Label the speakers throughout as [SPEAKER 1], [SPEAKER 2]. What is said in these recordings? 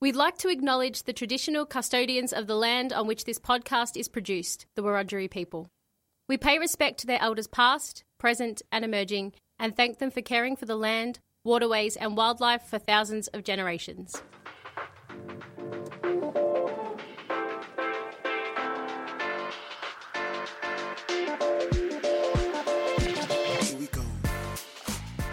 [SPEAKER 1] We'd like to acknowledge the traditional custodians of the land on which this podcast is produced, the Wiradjuri people. We pay respect to their elders past, present, and emerging, and thank them for caring for the land, waterways, and wildlife for thousands of generations.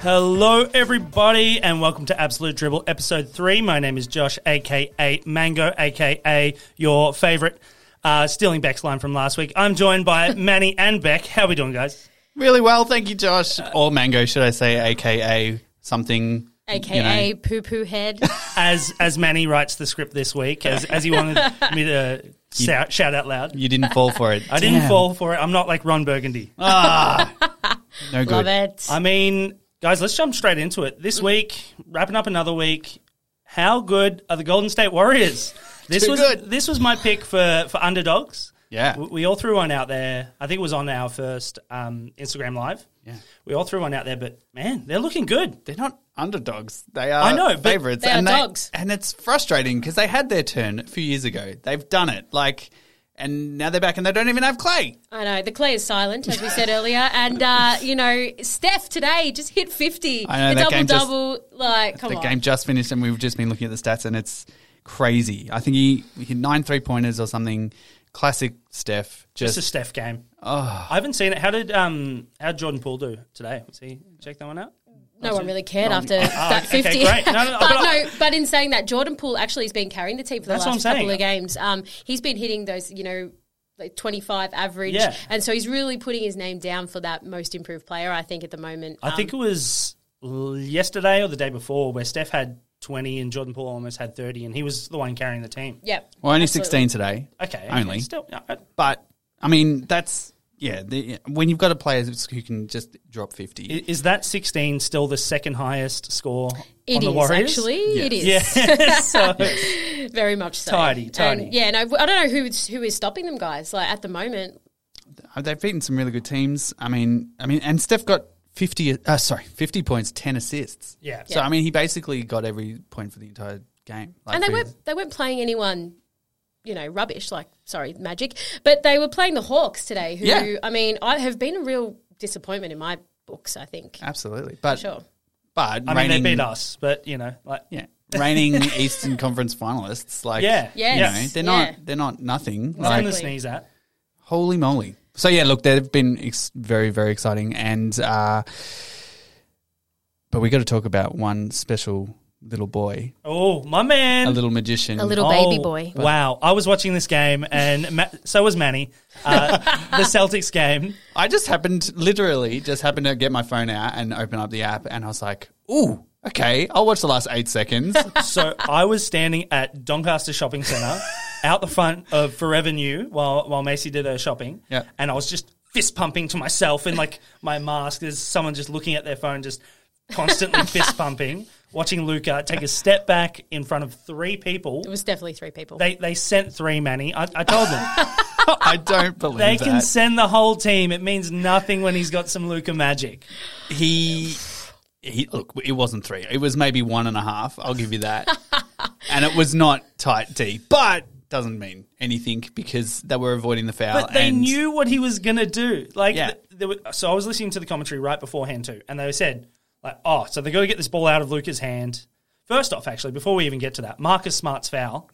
[SPEAKER 2] Hello, everybody, and welcome to Absolute Dribble, episode three. My name is Josh, aka Mango, aka your favorite, uh, stealing Beck's line from last week. I'm joined by Manny and Beck. How are we doing, guys?
[SPEAKER 3] Really well, thank you, Josh. or Mango, should I say, aka something.
[SPEAKER 1] AKA
[SPEAKER 3] you know.
[SPEAKER 1] Poo Poo Head.
[SPEAKER 2] As as Manny writes the script this week, as as he wanted me to shout, shout out loud.
[SPEAKER 3] You didn't fall for it.
[SPEAKER 2] I didn't
[SPEAKER 3] Damn.
[SPEAKER 2] fall for it. I'm not like Ron Burgundy.
[SPEAKER 3] No good.
[SPEAKER 1] Love it.
[SPEAKER 2] I mean, guys, let's jump straight into it. This week, wrapping up another week. How good are the Golden State Warriors? This
[SPEAKER 3] Too
[SPEAKER 2] was
[SPEAKER 3] good.
[SPEAKER 2] this was my pick for for underdogs.
[SPEAKER 3] Yeah.
[SPEAKER 2] W- we all threw one out there. I think it was on our first um, Instagram live. Yeah, we all threw one out there, but man, they're looking good.
[SPEAKER 3] They're not underdogs. They are
[SPEAKER 2] I know, but-
[SPEAKER 3] favorites.
[SPEAKER 1] They are
[SPEAKER 3] and
[SPEAKER 1] dogs.
[SPEAKER 3] And it's frustrating because they had their turn a few years ago. They've done it. Like, and now they're back and they don't even have Clay.
[SPEAKER 1] I know the clay is silent, as we said earlier, and uh, you know Steph today just hit fifty. the
[SPEAKER 3] I know, that
[SPEAKER 1] double
[SPEAKER 3] game just-
[SPEAKER 1] double, like come
[SPEAKER 3] the
[SPEAKER 1] on.
[SPEAKER 3] game just finished and we've just been looking at the stats and it's crazy. I think he, he hit nine three pointers or something. Classic Steph.
[SPEAKER 2] It's
[SPEAKER 3] Just,
[SPEAKER 2] a Steph game.
[SPEAKER 3] Oh.
[SPEAKER 2] I haven't seen it. How did um how did Jordan Poole do today? Was he check that one out?
[SPEAKER 1] no one really cared after that
[SPEAKER 2] Ah, okay,
[SPEAKER 1] fifty.
[SPEAKER 2] great. No, no, no,
[SPEAKER 1] but
[SPEAKER 2] but I-
[SPEAKER 1] no, but in saying that, Jordan Poole actually has been carrying the team for the
[SPEAKER 2] That's what
[SPEAKER 1] last
[SPEAKER 2] I'm
[SPEAKER 1] couple
[SPEAKER 2] saying.
[SPEAKER 1] of games. Um, he's been hitting those, you know. Like twenty-five average,
[SPEAKER 2] Yeah.
[SPEAKER 1] and so he's really putting his name down for that most improved player. I think at the moment, Um,
[SPEAKER 2] I
[SPEAKER 3] Um,
[SPEAKER 2] think it was l- yesterday or the day before where Steph had twenty and Jordan Poole almost had thirty, and he was the one carrying the team.
[SPEAKER 1] yeah,
[SPEAKER 3] well, only
[SPEAKER 1] absolutely.
[SPEAKER 3] 16 today.
[SPEAKER 2] Okay,
[SPEAKER 3] Only.
[SPEAKER 2] still. yeah, I-
[SPEAKER 3] But I mean, that's yeah. The, when you've got a player that's- who can just drop fifty,
[SPEAKER 2] i- Is that 16 still the second highest score
[SPEAKER 1] It
[SPEAKER 2] on
[SPEAKER 1] is
[SPEAKER 2] the Warriors?
[SPEAKER 1] actually. It is
[SPEAKER 2] Yeah, so
[SPEAKER 1] very much so.
[SPEAKER 2] Tidy, tidy.
[SPEAKER 1] And, yeah, no, I don't know who is- who is stopping them, guys. Like at the moment,
[SPEAKER 3] uh, they've beaten some really good teams. I mean, I mean, and Steph got fifty. Uh, sorry, fifty points, ten assists.
[SPEAKER 2] Yeah.
[SPEAKER 3] So I mean, he basically got every point for the entire game. Like,
[SPEAKER 1] and they
[SPEAKER 3] we-
[SPEAKER 1] weren't they weren't playing anyone, you know, rubbish like sorry, magic, but they were playing the Hawks today. Who
[SPEAKER 3] Yeah.
[SPEAKER 1] I mean, I have been a real disappointment in my books. I think
[SPEAKER 3] Uh, absolutely, but
[SPEAKER 1] sure.
[SPEAKER 3] but
[SPEAKER 2] I mean,
[SPEAKER 3] reigning,
[SPEAKER 2] they beat us, but you know, like
[SPEAKER 3] Yeah, reigning Eastern Conference finalists. Like
[SPEAKER 2] Yeah.
[SPEAKER 3] you
[SPEAKER 1] Yes.
[SPEAKER 3] know, they're
[SPEAKER 1] Yeah.
[SPEAKER 3] not they're not nothing.
[SPEAKER 2] something
[SPEAKER 3] Like,
[SPEAKER 2] to
[SPEAKER 1] Exactly.
[SPEAKER 2] sneeze at.
[SPEAKER 3] Holy moly! So yeah, look, they've been ex- very, very exciting, and uh, but we got to talk about one special little boy,
[SPEAKER 2] Oh, my man,
[SPEAKER 3] a little magician,
[SPEAKER 1] A little
[SPEAKER 2] Oh,
[SPEAKER 1] baby boy.
[SPEAKER 2] Wow, I was watching this game, and Ma- so was Manny. Uh, the Celtics game.
[SPEAKER 3] I just happened, literally, just happened to get my phone out and open up the app, and I was like, "Ooh, okay, I'll watch the last eight seconds."
[SPEAKER 2] So I was standing at Doncaster Shopping Centre, out the front of Forever New, while while Macy did her shopping.
[SPEAKER 3] Yeah.
[SPEAKER 2] and I was just fist pumping to myself in like my mask. There's someone just looking at their phone, just constantly fist pumping. Watching Luca take a step back in front of three people.
[SPEAKER 1] It was definitely three people.
[SPEAKER 2] They they sent three, Manny. I, I told them
[SPEAKER 3] I don't believe
[SPEAKER 2] they
[SPEAKER 3] that.
[SPEAKER 2] can send the whole team. It means nothing when he's got some Luca magic.
[SPEAKER 3] he. He, look, it wasn't three. It was maybe one and a half. I'll give you that. and it was not tight D, but doesn't mean anything because they were avoiding the foul.
[SPEAKER 2] But they
[SPEAKER 3] Uh, and
[SPEAKER 2] knew what he was gonna do. Like,
[SPEAKER 3] Yeah.
[SPEAKER 2] th- there were, so I was listening to the commentary right beforehand too, and they said, like, oh, so they got to get this ball out of Luca's hand. First off, actually, before we even get to that, Marcus Smart's foul.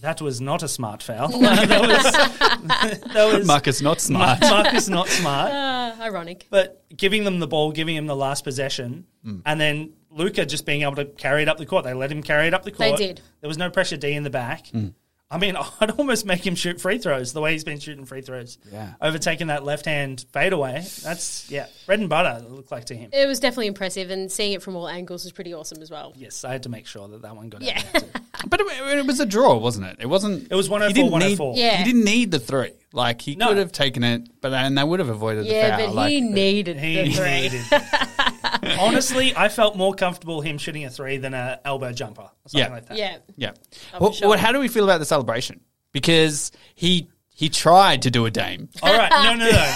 [SPEAKER 2] That was not a smart foul. Like, that was, that was
[SPEAKER 3] Marcus not smart.
[SPEAKER 2] Marcus not smart.
[SPEAKER 1] Uh, ironic.
[SPEAKER 2] But giving them the ball, giving him the last possession,
[SPEAKER 3] Mm.
[SPEAKER 2] and then Luca just being able to carry it up the court. They let him carry it up the
[SPEAKER 1] They
[SPEAKER 2] court.
[SPEAKER 1] did.
[SPEAKER 2] There was no pressure D in the back.
[SPEAKER 3] Mm.
[SPEAKER 2] I mean, I'd almost make him shoot free throws the way he's been shooting free throws.
[SPEAKER 3] Yeah.
[SPEAKER 2] Overtaking that left hand fadeaway. That's, yeah, bread and butter, it looked like to him.
[SPEAKER 1] It was definitely impressive, and seeing it from all angles was pretty awesome as well.
[SPEAKER 2] Yes, I had to make sure that that one got
[SPEAKER 1] Yeah.
[SPEAKER 2] out there too.
[SPEAKER 3] but it, it was a draw, wasn't it? It wasn't.
[SPEAKER 2] It was
[SPEAKER 3] he
[SPEAKER 2] 104
[SPEAKER 3] didn't
[SPEAKER 2] 104.
[SPEAKER 3] Need,
[SPEAKER 1] Yeah.
[SPEAKER 3] He didn't need the three. Like he
[SPEAKER 2] No.
[SPEAKER 3] could have taken it, but and they would have avoided
[SPEAKER 1] Yeah,
[SPEAKER 3] the
[SPEAKER 1] but
[SPEAKER 3] foul.
[SPEAKER 1] he
[SPEAKER 3] like,
[SPEAKER 1] needed
[SPEAKER 2] He
[SPEAKER 1] the three.
[SPEAKER 2] needed. Honestly, I felt more comfortable him shooting a three than a elbow jumper or something
[SPEAKER 3] Yeah.
[SPEAKER 2] like that.
[SPEAKER 1] Yeah,
[SPEAKER 3] Yeah.
[SPEAKER 1] for
[SPEAKER 3] Well,
[SPEAKER 1] sure.
[SPEAKER 3] well, how do we feel about the celebration? Because he he tried to do a dame.
[SPEAKER 2] All right. No, no, no.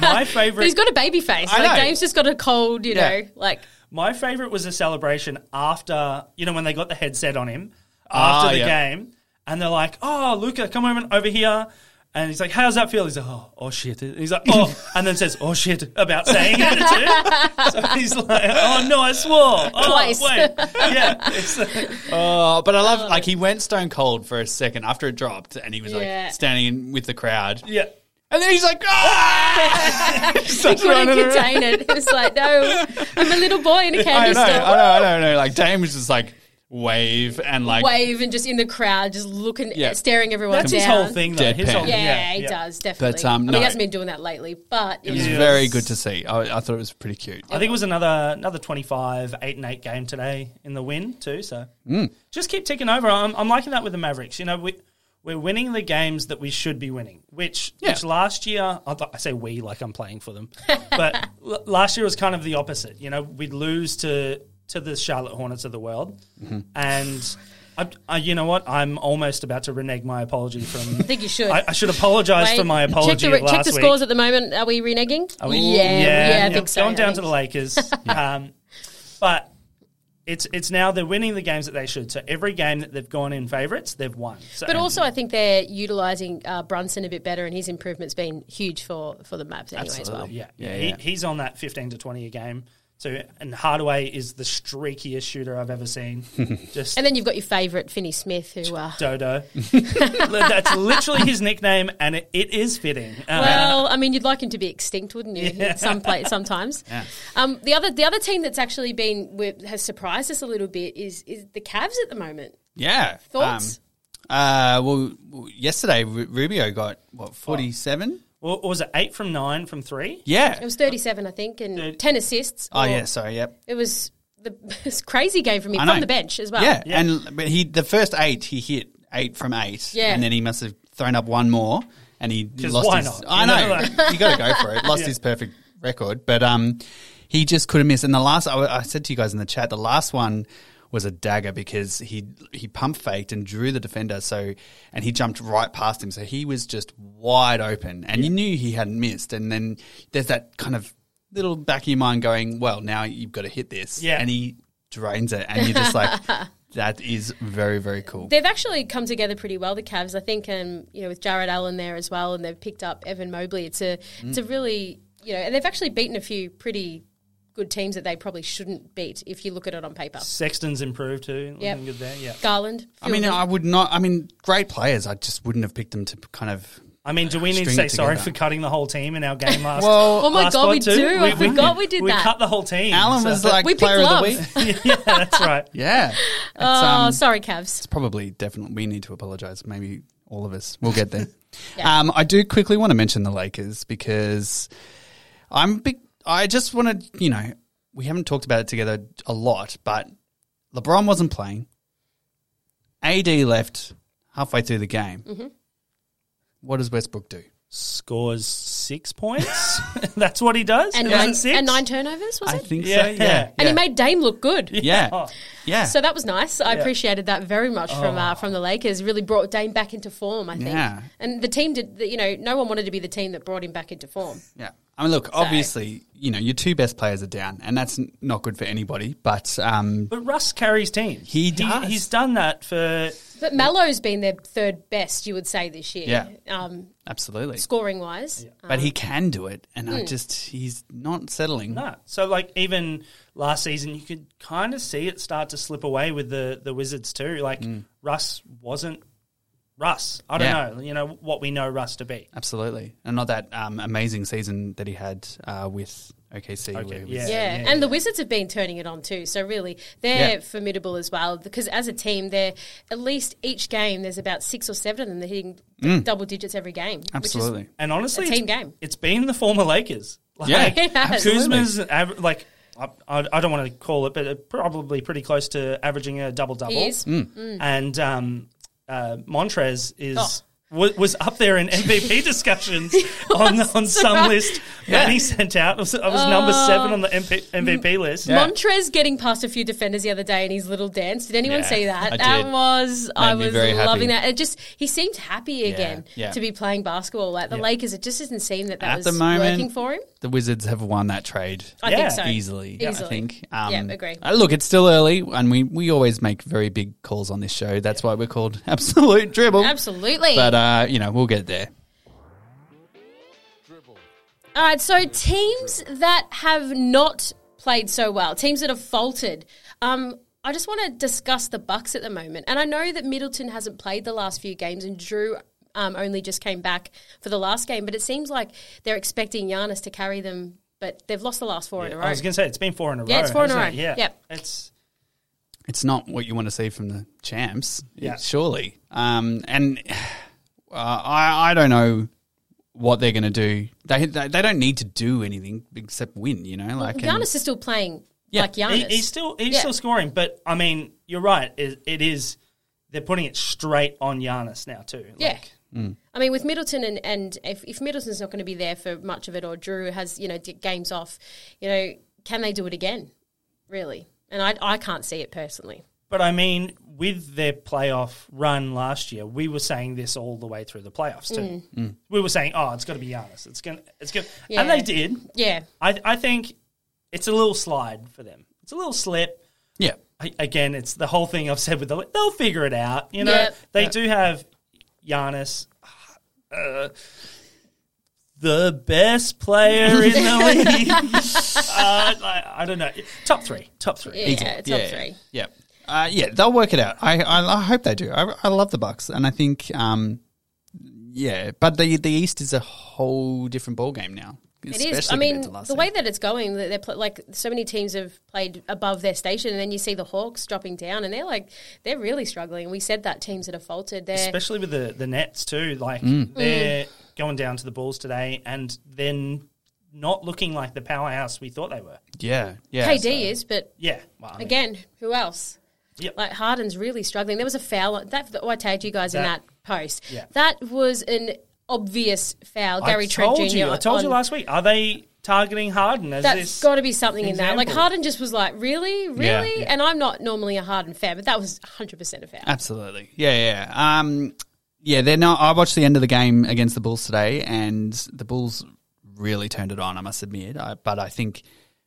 [SPEAKER 2] My favorite.
[SPEAKER 1] but he's got a baby face.
[SPEAKER 3] I
[SPEAKER 1] like
[SPEAKER 3] know.
[SPEAKER 1] Dame's just got a cold. You
[SPEAKER 3] Yeah.
[SPEAKER 1] know, like
[SPEAKER 2] My favorite was a celebration after, you know, when they got the headset on him. after
[SPEAKER 3] Ah,
[SPEAKER 2] the
[SPEAKER 3] yeah.
[SPEAKER 2] game, and they're like, "Oh, Luca, come over over here." And he's like, "How's that feel?" He's like, "Oh, oh shit." And he's like, "Oh," and then says, "Oh shit" about saying it too. So he's like, "Oh no, I swore oh,
[SPEAKER 1] Twice.
[SPEAKER 2] Wait. Yeah, it's, uh,
[SPEAKER 3] Oh, but I love like he went stone cold for a second after it dropped, and he was
[SPEAKER 1] Yeah.
[SPEAKER 3] like standing in with the crowd,
[SPEAKER 2] yeah.
[SPEAKER 3] and then he's like, ah! He's, like,
[SPEAKER 1] couldn't
[SPEAKER 3] running around.
[SPEAKER 1] contain it. It was like, no, I'm a little boy in a
[SPEAKER 3] I
[SPEAKER 1] candy
[SPEAKER 3] know, I know,
[SPEAKER 1] store.
[SPEAKER 3] I know, I know. Like Dame was just like wave and like
[SPEAKER 1] Wave and just in the crowd, just looking,
[SPEAKER 3] Yeah.
[SPEAKER 1] staring everyone
[SPEAKER 2] That's
[SPEAKER 1] down.
[SPEAKER 2] his whole thing, though. His
[SPEAKER 3] Deadpan.
[SPEAKER 2] whole,
[SPEAKER 1] Yeah,
[SPEAKER 2] yeah,
[SPEAKER 1] he
[SPEAKER 2] yeah.
[SPEAKER 1] does definitely.
[SPEAKER 3] But, um,
[SPEAKER 1] I mean,
[SPEAKER 3] no.
[SPEAKER 1] he hasn't been doing that lately, but
[SPEAKER 3] It was
[SPEAKER 2] Yeah.
[SPEAKER 3] very good to see. I, I thought it was pretty cute.
[SPEAKER 2] I think it was another another 25, 8 and 8 game today in the win, too. So
[SPEAKER 1] Mm.
[SPEAKER 2] just keep ticking over. I'm, I'm liking that with the Mavericks. You know, we, we're winning the games that we should be winning, which,
[SPEAKER 3] Yeah.
[SPEAKER 2] which last year, I, th- I say we like I'm playing for them, but l- last year was kind of the opposite. You know, we'd lose to, to the Charlotte Hornets of the world.
[SPEAKER 1] Mm-hmm.
[SPEAKER 2] And. I, I, you know what? I'm almost about to renege my apology from. I
[SPEAKER 1] think you should.
[SPEAKER 2] I, should apologise for
[SPEAKER 1] Wait,
[SPEAKER 2] my apology
[SPEAKER 1] Check the,
[SPEAKER 2] of last
[SPEAKER 1] check the
[SPEAKER 2] week.
[SPEAKER 1] scores at the moment. Are we reneging?
[SPEAKER 2] Are we-
[SPEAKER 1] yeah, yeah, I think so.
[SPEAKER 2] Going
[SPEAKER 1] I
[SPEAKER 2] down
[SPEAKER 1] think.
[SPEAKER 2] to the Lakers, um, but it's it's now they're winning the games that they should. So every game that they've gone in favourites, they've won. So,
[SPEAKER 1] But also, I think they're utilising uh, Brunson a bit better, and his improvement's been huge for, for the Mavs anyway as well.
[SPEAKER 2] yeah,
[SPEAKER 3] Yeah,
[SPEAKER 2] he,
[SPEAKER 3] yeah.
[SPEAKER 2] he's on that fifteen to twenty a game. So and Hardaway is the streakiest shooter I've ever seen. Just
[SPEAKER 1] And then you've got your favourite, Finney Smith, who uh,
[SPEAKER 2] Dodo. That's literally his nickname, and it, it is fitting. Uh,
[SPEAKER 1] Well, I mean, you'd like him to be extinct, wouldn't you? Some play, sometimes. Um, the other the other team that's actually been with, has surprised us a little bit is is the Cavs at the moment.
[SPEAKER 3] Yeah.
[SPEAKER 1] Thoughts?
[SPEAKER 3] Um, uh, well, well, yesterday Ru- Rubio got what forty seven.
[SPEAKER 2] what was it eight from nine from three?
[SPEAKER 1] It
[SPEAKER 3] Yeah.
[SPEAKER 1] was thirty seven, I think, and ten assists.
[SPEAKER 3] Oh
[SPEAKER 1] Or-
[SPEAKER 3] yeah. Sorry. Yep.
[SPEAKER 1] it was the it was a crazy game from him
[SPEAKER 3] I
[SPEAKER 1] from
[SPEAKER 3] know.
[SPEAKER 1] the bench as well.
[SPEAKER 3] Yeah. And but he the first eight he hit eight from eight.
[SPEAKER 1] Yeah.
[SPEAKER 3] And then he must have thrown up one more, and he lost.
[SPEAKER 2] why
[SPEAKER 3] his,
[SPEAKER 2] not?
[SPEAKER 3] I
[SPEAKER 2] You know,
[SPEAKER 3] know. you got to go for it. Lost his perfect record, but um, he just couldn't miss. And the last I, I said to you guys in the chat, the last one. Was a dagger because he he pump faked and drew the defender so and he jumped right past him so he was just wide open and you knew he hadn't missed and then there's that kind of little back of your mind going well now you've got to hit this
[SPEAKER 2] Yeah.
[SPEAKER 3] and he drains it, and you're just like, that is very, very cool.
[SPEAKER 1] They've actually come together pretty well, the Cavs. I think, um, you know, with Jared Allen there as well, and they've picked up Evan Mobley. It's a, it's
[SPEAKER 3] Mm.
[SPEAKER 1] a really, you know, and they've actually beaten a few pretty good teams that they probably shouldn't beat if you look at it on paper.
[SPEAKER 2] Sexton's improved too. Looking
[SPEAKER 1] Yep.
[SPEAKER 2] good there. Yeah.
[SPEAKER 1] Garland.
[SPEAKER 3] I mean,
[SPEAKER 1] Fielder.
[SPEAKER 3] I would not. I mean, great players. I just wouldn't have picked them to kind of.
[SPEAKER 2] I mean, do we need to
[SPEAKER 3] String
[SPEAKER 2] say
[SPEAKER 3] it
[SPEAKER 2] sorry
[SPEAKER 3] together.
[SPEAKER 2] for cutting the whole team in our game last?
[SPEAKER 3] Well,
[SPEAKER 1] Oh my
[SPEAKER 2] last
[SPEAKER 1] God,
[SPEAKER 2] pod
[SPEAKER 1] we
[SPEAKER 2] too?
[SPEAKER 1] do. I forgot we did
[SPEAKER 2] we
[SPEAKER 1] that.
[SPEAKER 2] cut the whole team.
[SPEAKER 3] Alan
[SPEAKER 2] so-
[SPEAKER 3] was like
[SPEAKER 1] We picked
[SPEAKER 3] player of
[SPEAKER 1] love.
[SPEAKER 3] the week.
[SPEAKER 2] yeah, that's right.
[SPEAKER 3] Yeah. It's,
[SPEAKER 1] oh,
[SPEAKER 3] um,
[SPEAKER 1] sorry, Cavs.
[SPEAKER 3] probably definitely. We need to apologize. Maybe all of us. We'll get there. um, I do quickly want to mention the Lakers because I'm big. I just want to, you know, we haven't talked about it together a lot, but LeBron wasn't playing. AD left halfway through the game.
[SPEAKER 1] Mm-hmm.
[SPEAKER 3] What does Westbrook do?
[SPEAKER 2] Scores six points. that's what he does.
[SPEAKER 1] And
[SPEAKER 2] Is it
[SPEAKER 1] nine,
[SPEAKER 2] six?
[SPEAKER 1] and nine turnovers, was
[SPEAKER 3] I
[SPEAKER 1] it?
[SPEAKER 3] think
[SPEAKER 2] Yeah,
[SPEAKER 3] so. Yeah.
[SPEAKER 2] yeah.
[SPEAKER 1] And
[SPEAKER 3] yeah.
[SPEAKER 1] he made Dame look good.
[SPEAKER 3] yeah.
[SPEAKER 2] Oh.
[SPEAKER 3] Yeah. Oh.
[SPEAKER 1] So that was nice. I appreciated that very much from uh, from the Lakers. Really brought Dame back into form, I think.
[SPEAKER 3] Yeah.
[SPEAKER 1] And the team did. the- You know, no one wanted to be the team that brought him back into form.
[SPEAKER 3] Yeah. I mean, look, obviously, you know, your two best players are down, and that's n- not good for anybody. But um,
[SPEAKER 2] But Russ carries teams.
[SPEAKER 3] He does.
[SPEAKER 2] he's done that for.
[SPEAKER 1] But Mallow's been their third best, you would say, this year.
[SPEAKER 3] Yeah.
[SPEAKER 1] Um,
[SPEAKER 3] absolutely.
[SPEAKER 1] scoring wise.
[SPEAKER 3] But he can do it, and
[SPEAKER 1] hmm.
[SPEAKER 3] I just, he's not settling.
[SPEAKER 2] No. So, like, even last season, you could kind of see it start to slip away with the, the Wizards, too. Like, Russ wasn't Russ. I don't
[SPEAKER 3] Mm. Yeah.
[SPEAKER 2] know, you know, what we know Russ to be.
[SPEAKER 3] Absolutely. And not that um, amazing season that he had uh, with OKC. where he was-
[SPEAKER 2] yeah.
[SPEAKER 1] Yeah. and the Wizards have been turning it on too. So really, they're
[SPEAKER 3] Yeah.
[SPEAKER 1] formidable as well because as a team, they're at least each game there's about six or seven of them that are hitting double digits every game. which is-
[SPEAKER 3] Mm. Absolutely.
[SPEAKER 2] And honestly,
[SPEAKER 1] A team
[SPEAKER 2] it's-
[SPEAKER 1] game.
[SPEAKER 2] It's been the former Lakers. Like,
[SPEAKER 3] Yeah,
[SPEAKER 1] absolutely.
[SPEAKER 2] Kuzma's av- like I, I I don't want to call it, but it probably pretty close to averaging a double double.
[SPEAKER 1] He is.
[SPEAKER 2] And um, uh, Montrez is
[SPEAKER 1] Mm. Oh.
[SPEAKER 2] wa- was up there in MVP discussions on, on some
[SPEAKER 1] right.
[SPEAKER 2] list
[SPEAKER 3] Yeah.
[SPEAKER 2] Manny sent out. I was, I was number seven on the MP,
[SPEAKER 1] Mm.
[SPEAKER 2] MVP list.
[SPEAKER 3] Yeah.
[SPEAKER 1] Montrez getting past a few defenders the other day in his little dance. Did anyone
[SPEAKER 2] Yeah,
[SPEAKER 1] see that?
[SPEAKER 3] I
[SPEAKER 1] That
[SPEAKER 3] did.
[SPEAKER 1] was I
[SPEAKER 3] me
[SPEAKER 1] was
[SPEAKER 3] very happy.
[SPEAKER 1] loving that. It just he seemed happy again
[SPEAKER 3] yeah.
[SPEAKER 1] to be playing basketball. Like the Lakers, it just doesn't seem that that
[SPEAKER 3] At
[SPEAKER 1] was
[SPEAKER 3] the moment,
[SPEAKER 1] working for him.
[SPEAKER 3] The Wizards have won that trade.
[SPEAKER 1] I
[SPEAKER 2] Yeah.
[SPEAKER 1] think so
[SPEAKER 3] Easily, I
[SPEAKER 1] Easily.
[SPEAKER 3] think.
[SPEAKER 1] Yeah, agree.
[SPEAKER 3] uh, look, it's still early, and we, we always make very big calls on this show. That's why we're called Absolute Dribble.
[SPEAKER 1] Absolutely.
[SPEAKER 3] But, uh, you know, we'll get there.
[SPEAKER 1] All right, Uh, so teams that have not played so well, teams that have faltered. Um, I just want to discuss the Bucks at the moment, and I know that Middleton hasn't played the last few games, and Drew um, only just came back for the last game. But it seems like they're expecting Giannis to carry them, but they've lost the last four in a row.
[SPEAKER 2] I was going to say it's been four in a row.
[SPEAKER 1] Yeah, it's four in a
[SPEAKER 2] hasn't
[SPEAKER 1] row.
[SPEAKER 2] it? Yeah,
[SPEAKER 1] Yep.
[SPEAKER 2] it's
[SPEAKER 3] It's not what you want to see from the champs,
[SPEAKER 2] Yeah.
[SPEAKER 3] surely. Um, and uh, I, I don't know what they're going to do. They, they they don't need to do anything except win, you know? Like and-
[SPEAKER 1] Giannis is still playing
[SPEAKER 3] Yeah,
[SPEAKER 1] like
[SPEAKER 2] he,
[SPEAKER 1] Giannis.
[SPEAKER 2] he's still he's
[SPEAKER 1] Yeah.
[SPEAKER 2] still scoring, but I mean, you're right. It, it is they're putting it straight on Giannis now too. Like,
[SPEAKER 1] Yeah. I mean, with Middleton and, and if, if Middleton's not going to be there for much of it, or Drew has you know d- games off, you know, can they do it again? Really? And I I can't see it personally.
[SPEAKER 2] But I mean, with their playoff run last year, we were saying this all the way through the playoffs too.
[SPEAKER 1] Mm.
[SPEAKER 2] We were saying, "Oh, it's got to be Giannis. It's going, to it's going," to
[SPEAKER 1] Yeah.
[SPEAKER 2] and they did.
[SPEAKER 1] Yeah,
[SPEAKER 2] I I think it's a little slide for them. It's a little slip.
[SPEAKER 3] yeah.
[SPEAKER 2] I- again, it's the whole thing I've said with the they'll figure it out. You know,
[SPEAKER 1] Yep.
[SPEAKER 2] they do have Giannis, uh, the best player in the league. uh, like, I don't know, top three, top three.
[SPEAKER 1] yeah, it's top three.
[SPEAKER 3] Yeah. Uh, yeah, they'll work it out. I, I, I hope they do. I, I love the Bucks, and I think, um, yeah, but the the East is a whole different ball game now.
[SPEAKER 1] It is. I
[SPEAKER 3] compared
[SPEAKER 1] mean,
[SPEAKER 3] to last
[SPEAKER 1] the way that it's going, that they're pl- like so many teams have played above their station, and then you see the Hawks dropping down, and they're like they're really struggling. We said that teams that have faltered, they're
[SPEAKER 2] especially with the the Nets too. Like
[SPEAKER 1] Mm.
[SPEAKER 2] they're going down to the Bulls today, and then not looking like the powerhouse we thought they were.
[SPEAKER 3] yeah, yeah.
[SPEAKER 1] KD
[SPEAKER 3] so-
[SPEAKER 1] is, but
[SPEAKER 2] Yeah, well, I mean,
[SPEAKER 1] Again, who else?
[SPEAKER 2] Yep.
[SPEAKER 1] Like Harden's really struggling. There was a foul that oh, I tagged you guys in that
[SPEAKER 2] That-
[SPEAKER 1] post.
[SPEAKER 2] Yeah.
[SPEAKER 1] That was an obvious foul. Gary
[SPEAKER 2] I
[SPEAKER 1] Trent
[SPEAKER 2] told
[SPEAKER 1] Jr.
[SPEAKER 2] you, I told you
[SPEAKER 1] on-
[SPEAKER 2] last week. Are they targeting Harden as
[SPEAKER 1] That's
[SPEAKER 2] this?
[SPEAKER 1] got to be something in that. Like
[SPEAKER 2] example.
[SPEAKER 1] Harden just was like, really, really,
[SPEAKER 3] Yeah.
[SPEAKER 1] and I'm not normally a Harden fan, but that was 100 percent a foul.
[SPEAKER 3] Absolutely. Yeah, yeah. Um, yeah, they're not. I watched the end of the game against the Bulls today, and the Bulls really turned it on. I must admit, I, but I think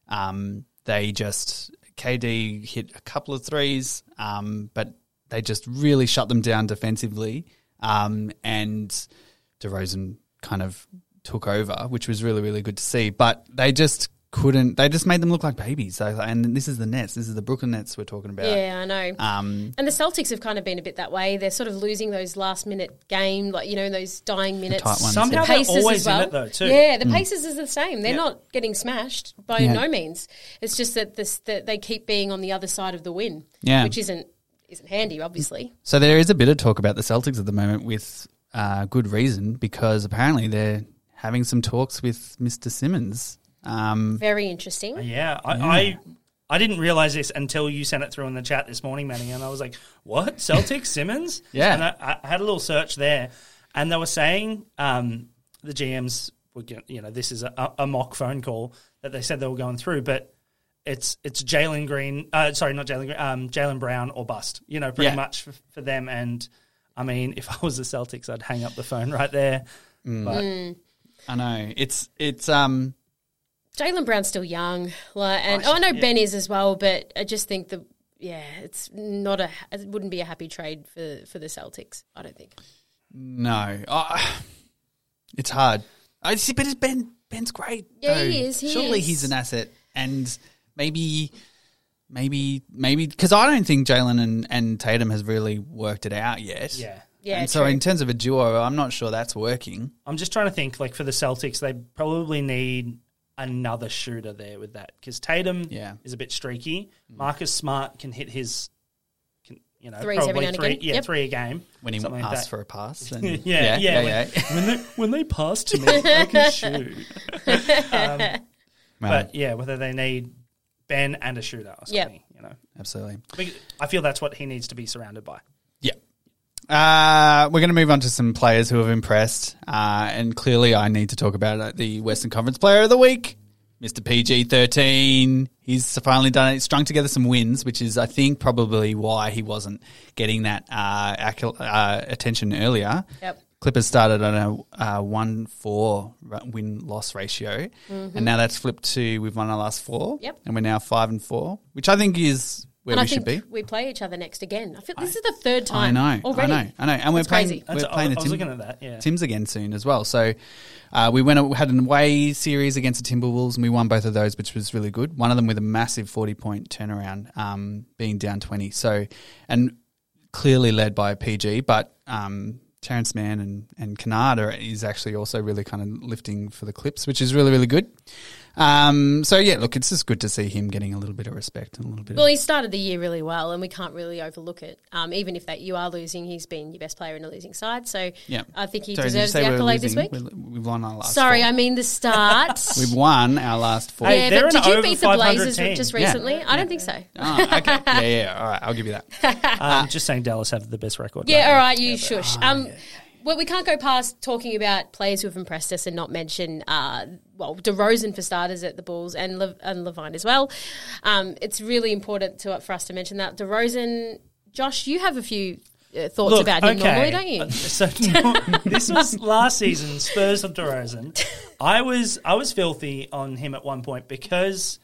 [SPEAKER 3] um, they just KD hit a couple of threes, um, but they just really shut them down defensively, um, and DeRozan kind of took over, which was really really good to see. But they just couldn't. They just made them look like babies. So- And this is the Nets. This is the Brooklyn Nets we're talking about.
[SPEAKER 1] yeah, I know.
[SPEAKER 3] Um,
[SPEAKER 1] and the Celtics have kind of been a bit that way. They're sort of losing those last minute game, like you know those dying minutes.
[SPEAKER 3] tight ones. Mm.
[SPEAKER 2] Somehow
[SPEAKER 1] The
[SPEAKER 2] they're
[SPEAKER 1] Pacers as
[SPEAKER 2] always in
[SPEAKER 1] well.
[SPEAKER 2] it though too.
[SPEAKER 1] Yeah, the paces is the same. They're
[SPEAKER 2] Yeah.
[SPEAKER 1] not getting smashed by no means. It's just that this that they keep being on the other side of the win.
[SPEAKER 3] Yeah.
[SPEAKER 1] which isn't isn't handy, obviously.
[SPEAKER 3] So there is a bit of talk about the Celtics at the moment with uh, good reason because apparently they're having some talks with Mr. Simmons. Um,
[SPEAKER 1] Very interesting.
[SPEAKER 2] Yeah, I, I I didn't realize this until you sent it through in the chat this morning, Manny, and I was like, "What? Celtics Simmons?"
[SPEAKER 3] Yeah.
[SPEAKER 2] and I, I had a little search there, and they were saying um, the GMs were, go- you know, this is a, a mock phone call that they said they were going through, but it's it's Jalen Green, uh, sorry, not Jalen Green, um, Jalen Brown or bust, you know, pretty
[SPEAKER 3] Yeah.
[SPEAKER 2] much for, for them. And I mean, if I was the Celtics, I'd hang up the phone right there.
[SPEAKER 3] Mm.
[SPEAKER 2] But
[SPEAKER 3] I know it's it's um,
[SPEAKER 1] Jalen Brown's still young, like, and oh, I know Ben is as well, but I just think the yeah, it's not a it wouldn't be a happy trade for for the Celtics. I don't think.
[SPEAKER 3] no, Uh, it's hard. I see, but it's Ben Ben's great.
[SPEAKER 1] Yeah,
[SPEAKER 3] though.
[SPEAKER 1] he is, he
[SPEAKER 3] Surely
[SPEAKER 1] is.
[SPEAKER 3] he's an asset, and maybe. Maybe, maybe, because I don't think Jalen and, and Tatum has really worked it out yet.
[SPEAKER 2] yeah.
[SPEAKER 1] Yeah,
[SPEAKER 3] and so,
[SPEAKER 1] true.
[SPEAKER 3] in terms of a duo, I'm not sure that's working.
[SPEAKER 2] I'm just trying to think. Like for the Celtics, they probably need another shooter there with that because Tatum
[SPEAKER 3] Yeah.
[SPEAKER 2] is a bit streaky. Marcus Smart can hit his, can, you know,
[SPEAKER 1] Threes every
[SPEAKER 2] probably
[SPEAKER 1] now and
[SPEAKER 2] three,
[SPEAKER 1] again.
[SPEAKER 2] yeah,
[SPEAKER 1] Yep.
[SPEAKER 2] three a game
[SPEAKER 3] When he
[SPEAKER 2] something like
[SPEAKER 3] asks
[SPEAKER 2] that.
[SPEAKER 3] for a pass, and, yeah,
[SPEAKER 2] yeah, yeah, when, when they when they pass to me, I can shoot.
[SPEAKER 3] Well,
[SPEAKER 2] But yeah, whether they need Ben and a shooter or something, you know,
[SPEAKER 3] Absolutely.
[SPEAKER 2] Because I feel that's what he needs to be surrounded by.
[SPEAKER 3] Yeah. Uh, we're going to move on to some players who have impressed. Uh, and clearly, I need to talk about uh, the Western Conference Player of the Week, Mr. PG13. He's finally done it, strung together some wins, which is, I think, probably why he wasn't getting that uh, accol- uh, attention earlier.
[SPEAKER 1] Yep.
[SPEAKER 3] Clippers started on a uh, one four win loss ratio, and now that's flipped to we've won our last four,
[SPEAKER 1] Mm-hmm. Yep.
[SPEAKER 3] and we're now five and four, which I think is where
[SPEAKER 1] and
[SPEAKER 3] we
[SPEAKER 1] I
[SPEAKER 3] should
[SPEAKER 1] think
[SPEAKER 3] be.
[SPEAKER 1] we play each other next again. I feel this is the third
[SPEAKER 3] I
[SPEAKER 1] time.
[SPEAKER 3] know,
[SPEAKER 1] Already.
[SPEAKER 3] I know, I know, and we're
[SPEAKER 1] That's
[SPEAKER 3] playing.
[SPEAKER 1] crazy.
[SPEAKER 3] We're
[SPEAKER 2] That's- I-
[SPEAKER 3] playing the
[SPEAKER 2] I was
[SPEAKER 3] Tim-
[SPEAKER 2] looking at that, yeah.
[SPEAKER 3] Tim's again soon as well. So uh, we went had an away series against the Timberwolves, and we won both of those, which was really good. One of them with a massive forty point turnaround, um, being down twenty. So and clearly led by PG, but um, Terrence Mann and and Kennard are, is actually also really kind of lifting for the Clips, which is really really good. Um, so yeah, look, it's just good to see him getting a little bit of respect and a little bit.
[SPEAKER 1] Well,
[SPEAKER 3] of,
[SPEAKER 1] he started the year really well, and we can't really overlook it. Um, even if that you are losing, he's been your best player in a losing side. So
[SPEAKER 3] yeah,
[SPEAKER 1] I think he
[SPEAKER 3] Sorry, did you
[SPEAKER 1] deserves
[SPEAKER 3] say
[SPEAKER 1] the
[SPEAKER 3] we're
[SPEAKER 1] accolade this
[SPEAKER 3] losing?
[SPEAKER 1] week.
[SPEAKER 3] We- We've won our last.
[SPEAKER 1] Sorry,
[SPEAKER 3] four.
[SPEAKER 1] I mean the start.
[SPEAKER 3] We've won our last four.
[SPEAKER 2] Hey,
[SPEAKER 1] yeah,
[SPEAKER 2] they're
[SPEAKER 1] but
[SPEAKER 2] an
[SPEAKER 1] did you
[SPEAKER 2] over
[SPEAKER 1] beat the
[SPEAKER 2] 500
[SPEAKER 1] Blazers
[SPEAKER 2] team.
[SPEAKER 1] just
[SPEAKER 3] Yeah.
[SPEAKER 1] recently? I don't think so.
[SPEAKER 3] Oh, okay. Yeah, yeah. All right. I'll give you that.
[SPEAKER 2] Um, just saying Dallas have the best record.
[SPEAKER 1] Yeah, all right, you shush.
[SPEAKER 2] Ah,
[SPEAKER 1] Um, Well, we can't go past talking about players who have impressed us and not mention, uh, well, DeRozan for starters at the Bulls and, Le- and Levine as well. Um, it's really important to, for us to mention that. DeRozan, Josh, you have a few uh, thoughts about him normally, don't you?
[SPEAKER 2] Uh, So this was last season, Spurs of DeRozan. I was I was filthy on him at one point because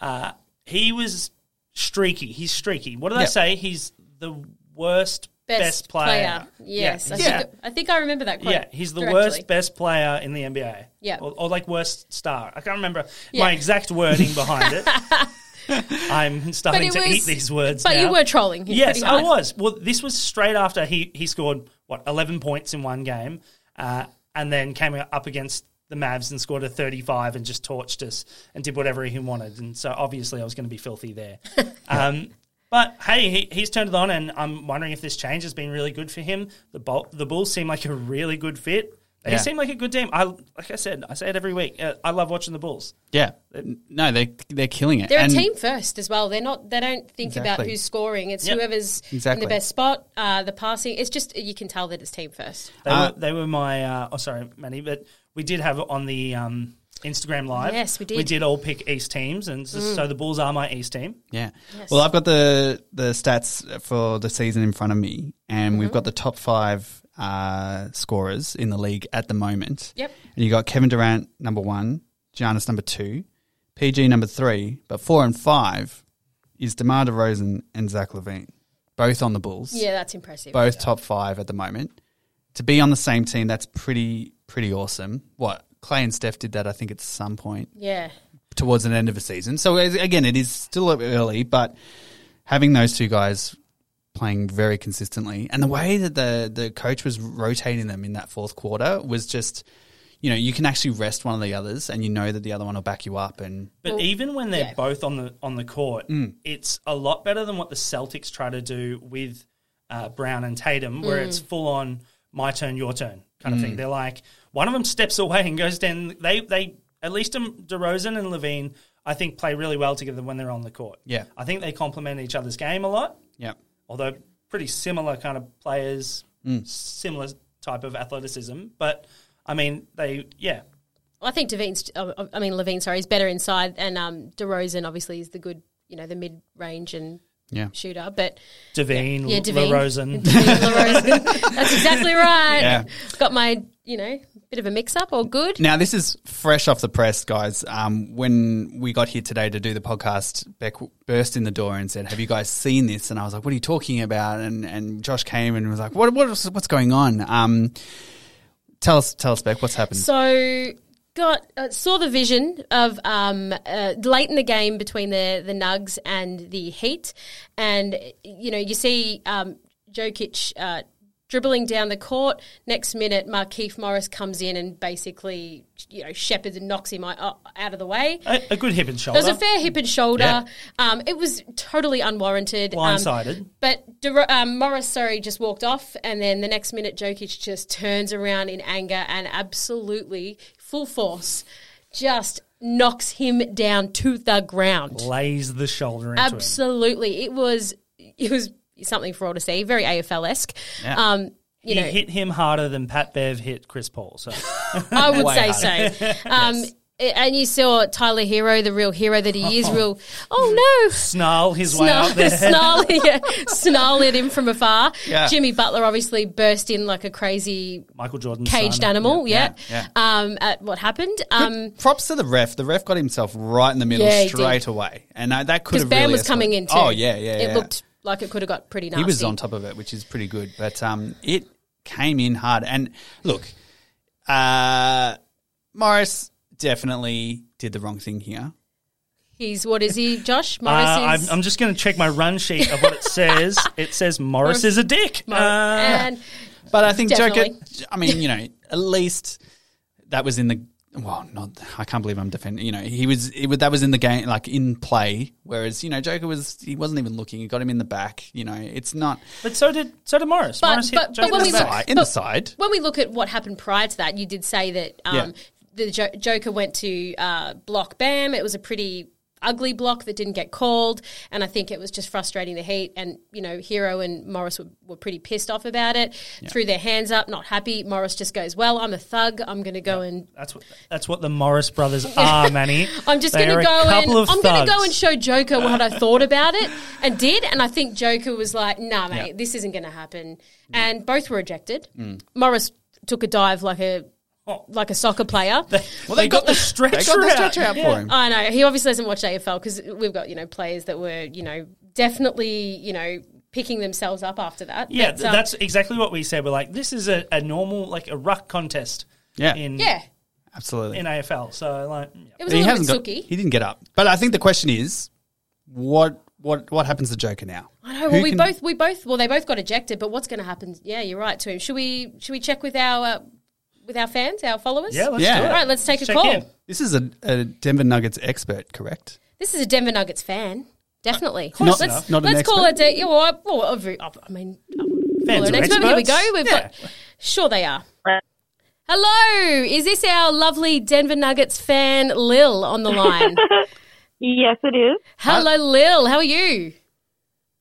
[SPEAKER 2] uh, he was streaky. He's streaky. What did I
[SPEAKER 3] Yep.
[SPEAKER 2] say? He's the worst best, player.
[SPEAKER 1] Yes.
[SPEAKER 2] Yeah.
[SPEAKER 1] I,
[SPEAKER 3] Yeah.
[SPEAKER 1] Think, I think I remember that quote.
[SPEAKER 2] Yeah, he's the
[SPEAKER 1] correctly.
[SPEAKER 2] worst best player in the NBA.
[SPEAKER 1] Yeah.
[SPEAKER 2] Or, or like worst star. I can't remember
[SPEAKER 1] Yeah.
[SPEAKER 2] my exact wording behind it. I'm starting
[SPEAKER 1] it
[SPEAKER 2] to
[SPEAKER 1] was-
[SPEAKER 2] eat these words.
[SPEAKER 1] But you
[SPEAKER 2] now.
[SPEAKER 1] were trolling him
[SPEAKER 2] Yes,
[SPEAKER 1] pretty hard.
[SPEAKER 2] I was. Well, this was straight after he, he scored, what, 11 points in one game uh, and then came up against the Mavs and scored a 35 and just torched us and did whatever he wanted. And so obviously I was going to be filthy there. um, but hey, he, he's turned it on, and I'm wondering if this change has been really good for him. The, Bul- the Bulls seem like a really good fit. They
[SPEAKER 3] Yeah.
[SPEAKER 2] seem like a good team. I like I said, I say it every week. Uh, I love watching the Bulls.
[SPEAKER 3] Yeah. No, they they're killing it.
[SPEAKER 1] They're
[SPEAKER 3] And-
[SPEAKER 1] a team first as well. They're not. They don't think about
[SPEAKER 3] Exactly.
[SPEAKER 1] who's scoring. It's
[SPEAKER 2] Yep.
[SPEAKER 1] whoever's
[SPEAKER 3] Exactly.
[SPEAKER 1] in the best spot. Uh, the passing. It's just you can tell that it's team first.
[SPEAKER 2] They, were, they were my. Uh, oh, sorry, Manny, but we did have it on the um, Instagram live.
[SPEAKER 1] Yes, we did. Mm.
[SPEAKER 2] We did all pick East teams, and so, so the Bulls are my East team.
[SPEAKER 3] Yeah. Well, I've got the the stats for the season in front of me, and
[SPEAKER 1] Mm-hmm.
[SPEAKER 3] we've got the top five uh, scorers in the league at the moment.
[SPEAKER 1] Yep.
[SPEAKER 3] And you got Kevin Durant number one, Giannis number two, PG number three, but four and five is DeMar DeRozan and Zach Levine, both on the Bulls.
[SPEAKER 1] Yeah, that's impressive.
[SPEAKER 3] both top five at the moment. To be on the same team, that's pretty pretty awesome. What Clay and Steph did that, I think, at some point
[SPEAKER 1] Yeah,
[SPEAKER 3] towards an end of a season. So as- again, it is still early, but having those two guys playing very consistently and the way that the the coach was rotating them in that fourth quarter was just, you know, you can actually rest one of the others, and you know that the other one will back you up and.
[SPEAKER 2] But
[SPEAKER 1] Well,
[SPEAKER 2] even when they're
[SPEAKER 1] yeah.
[SPEAKER 2] both on the on the court, it's a lot better than what the Celtics try to do with uh, Brown and Tatum, where
[SPEAKER 1] Mm.
[SPEAKER 2] it's full on my turn, your turn kind of thing. They're like one of them steps away and goes down. They they at least um, DeRozan and Levine, I think, play really well together when they're on the court.
[SPEAKER 3] Yeah.
[SPEAKER 2] I think they complement each other's game a lot.
[SPEAKER 3] Yeah.
[SPEAKER 2] although pretty similar kind of players, similar type of athleticism. But I mean, they yeah,
[SPEAKER 1] I think Devine's. Uh, I mean Levine. Sorry, is better inside, and um, DeRozan obviously is the good. You know, the mid range and
[SPEAKER 3] Yeah.
[SPEAKER 1] shooter. But
[SPEAKER 2] Devine,
[SPEAKER 1] Yeah, Devine.
[SPEAKER 2] LaRosen.
[SPEAKER 1] DeRozan, that's exactly right.
[SPEAKER 3] Yeah.
[SPEAKER 1] Got my. You know, bit of a mix up or good.
[SPEAKER 3] Now, this is fresh off the press, guys. Um, when we got here today to do the podcast, Beck w- burst in the door and said, "Have you guys seen this?" And I was like, "What are you talking about?" And and Josh came and was like, "What what is, what's going on?" Um, tell us, tell us, Beck, what's happened?
[SPEAKER 1] So got uh, saw the vision of um, uh, late in the game between the the Nugs and the Heat, and you know you see um, Jokic. Uh, Dribbling down the court, next minute Markeith Morris comes in and basically, you know, shepherds and knocks him o- out of the way.
[SPEAKER 2] a, a good hip and shoulder.
[SPEAKER 1] There was a fair hip and shoulder.
[SPEAKER 3] Yeah.
[SPEAKER 1] Um, it was totally unwarranted. Um,
[SPEAKER 2] Blindsided.
[SPEAKER 1] but De- um, Morris, sorry, just walked off. And then the next minute, Jokic just turns around in anger and absolutely full force just knocks him down to the ground.
[SPEAKER 2] lays the shoulder into him.
[SPEAKER 1] Absolutely. It was, it was, something for all to see. Very AFL esque.
[SPEAKER 3] Yeah.
[SPEAKER 1] Um, you
[SPEAKER 2] he
[SPEAKER 1] know,
[SPEAKER 2] hit him harder than Pat Bev hit Chris Paul. So
[SPEAKER 1] I would
[SPEAKER 3] Way
[SPEAKER 1] say
[SPEAKER 3] harder.
[SPEAKER 1] so. Um, a- And you saw Tyler Hero, the real hero that he is. Real, oh no,
[SPEAKER 2] snarl his way
[SPEAKER 1] snarl,
[SPEAKER 2] out there.
[SPEAKER 1] snarl, yeah, snarl at him from afar.
[SPEAKER 3] Yeah.
[SPEAKER 1] Jimmy Butler obviously burst in like a crazy
[SPEAKER 2] Michael Jordan
[SPEAKER 1] caged animal. Yeah,
[SPEAKER 3] yeah,
[SPEAKER 1] Um, at what happened? Um,
[SPEAKER 3] Props to the ref. The ref got himself right in the middle
[SPEAKER 1] Yeah, he
[SPEAKER 3] straight away, and that, that could
[SPEAKER 1] because
[SPEAKER 3] have
[SPEAKER 1] Bam
[SPEAKER 3] really
[SPEAKER 1] was coming
[SPEAKER 3] escalated.
[SPEAKER 1] in too.
[SPEAKER 3] Oh yeah, yeah,
[SPEAKER 1] It
[SPEAKER 3] yeah.
[SPEAKER 1] looked like it could have got pretty nasty.
[SPEAKER 3] he was on top of it, which is pretty good. But um, it came in hard. And look, uh, Morris definitely did the wrong thing here.
[SPEAKER 1] He's what is he, Josh?
[SPEAKER 2] Uh,
[SPEAKER 1] Morris
[SPEAKER 2] I'm,
[SPEAKER 1] is.
[SPEAKER 2] I'm just going to check my run sheet of what it says. it says Morris is a dick.
[SPEAKER 1] Morris-
[SPEAKER 2] Uh,
[SPEAKER 1] and
[SPEAKER 3] But I think Joker.
[SPEAKER 1] Definitely.
[SPEAKER 3] I mean, you know, at least that was in the. Well, not. I can't believe I'm defending. You know, he was. It was that was in the game, like in play. Whereas, you know, Joker was. He wasn't even looking. He got him in the back. You know, it's not
[SPEAKER 2] but so did so did Morris.
[SPEAKER 1] But-
[SPEAKER 2] Morris hit
[SPEAKER 1] but- but
[SPEAKER 2] Jordan
[SPEAKER 1] when
[SPEAKER 2] in
[SPEAKER 1] we
[SPEAKER 2] the back.
[SPEAKER 1] look-
[SPEAKER 3] in the side.
[SPEAKER 1] when we look at what happened prior to that, you did say that um,
[SPEAKER 3] Yeah.
[SPEAKER 1] the jo- Joker went to uh, block Bam. It was a pretty ugly block that didn't get called, and I think it was just frustrating the Heat. And you know, Hero and Morris were, were pretty pissed off about it. Threw their hands up, not happy. Morris just goes, "Well, I'm a thug. I'm going to go and."
[SPEAKER 2] That's what that's what the Morris brothers are, Manny.
[SPEAKER 1] I'm just
[SPEAKER 2] They
[SPEAKER 1] going to
[SPEAKER 2] are a
[SPEAKER 1] go and
[SPEAKER 2] couple of
[SPEAKER 1] I'm going to go
[SPEAKER 2] thugs.
[SPEAKER 1] and show Joker what I thought about it and did, and I think Joker was like, "Nah, mate,
[SPEAKER 2] Yeah.
[SPEAKER 1] this isn't going to happen," and both were ejected. Morris took a dive like a
[SPEAKER 2] Oh.
[SPEAKER 1] like a soccer player.
[SPEAKER 3] Well,
[SPEAKER 2] they got the stretcher
[SPEAKER 3] They got the
[SPEAKER 2] out.
[SPEAKER 3] stretcher out
[SPEAKER 2] Yeah.
[SPEAKER 3] for him.
[SPEAKER 1] I know he obviously doesn't watch AFL because we've got you know players that were you know definitely you know picking themselves up after that.
[SPEAKER 2] Yeah,
[SPEAKER 1] But,
[SPEAKER 2] th-
[SPEAKER 1] um,
[SPEAKER 2] that's exactly what we said. We're like, this is a, a normal, like a ruck contest.
[SPEAKER 3] Yeah.
[SPEAKER 2] In,
[SPEAKER 1] um, yeah.
[SPEAKER 3] Absolutely.
[SPEAKER 2] in AFL. So like, yeah.
[SPEAKER 1] It was a little bit
[SPEAKER 3] got,
[SPEAKER 1] sooky.
[SPEAKER 3] He didn't get up. But I think the question is, what what what happens to Joker now?
[SPEAKER 1] I know.
[SPEAKER 3] Who
[SPEAKER 1] Well, we
[SPEAKER 3] can-
[SPEAKER 1] both we both well they both got ejected, but what's going to happen? Yeah, you're right to him. Should we should we check with our uh, with our fans, our followers?
[SPEAKER 2] yeah, let's
[SPEAKER 3] Yeah.
[SPEAKER 2] do it.
[SPEAKER 1] All right, let's take a
[SPEAKER 2] Check
[SPEAKER 1] call.
[SPEAKER 2] in.
[SPEAKER 3] This is a, a Denver Nuggets expert, correct?
[SPEAKER 1] This is a Denver Nuggets fan, definitely.
[SPEAKER 3] course
[SPEAKER 1] let's
[SPEAKER 3] enough. Not an
[SPEAKER 1] let's call it.
[SPEAKER 3] expert.
[SPEAKER 1] A, yeah, well, I, well, every- I I mean, Hello,
[SPEAKER 2] Fans are
[SPEAKER 1] next moment. Here we go.
[SPEAKER 2] experts.
[SPEAKER 1] We've
[SPEAKER 2] Yeah.
[SPEAKER 1] got. Sure, they are. Hello, is this our lovely Denver Nuggets fan Lil on the line?
[SPEAKER 4] Yes, it is.
[SPEAKER 1] Hello, Lil. How are you?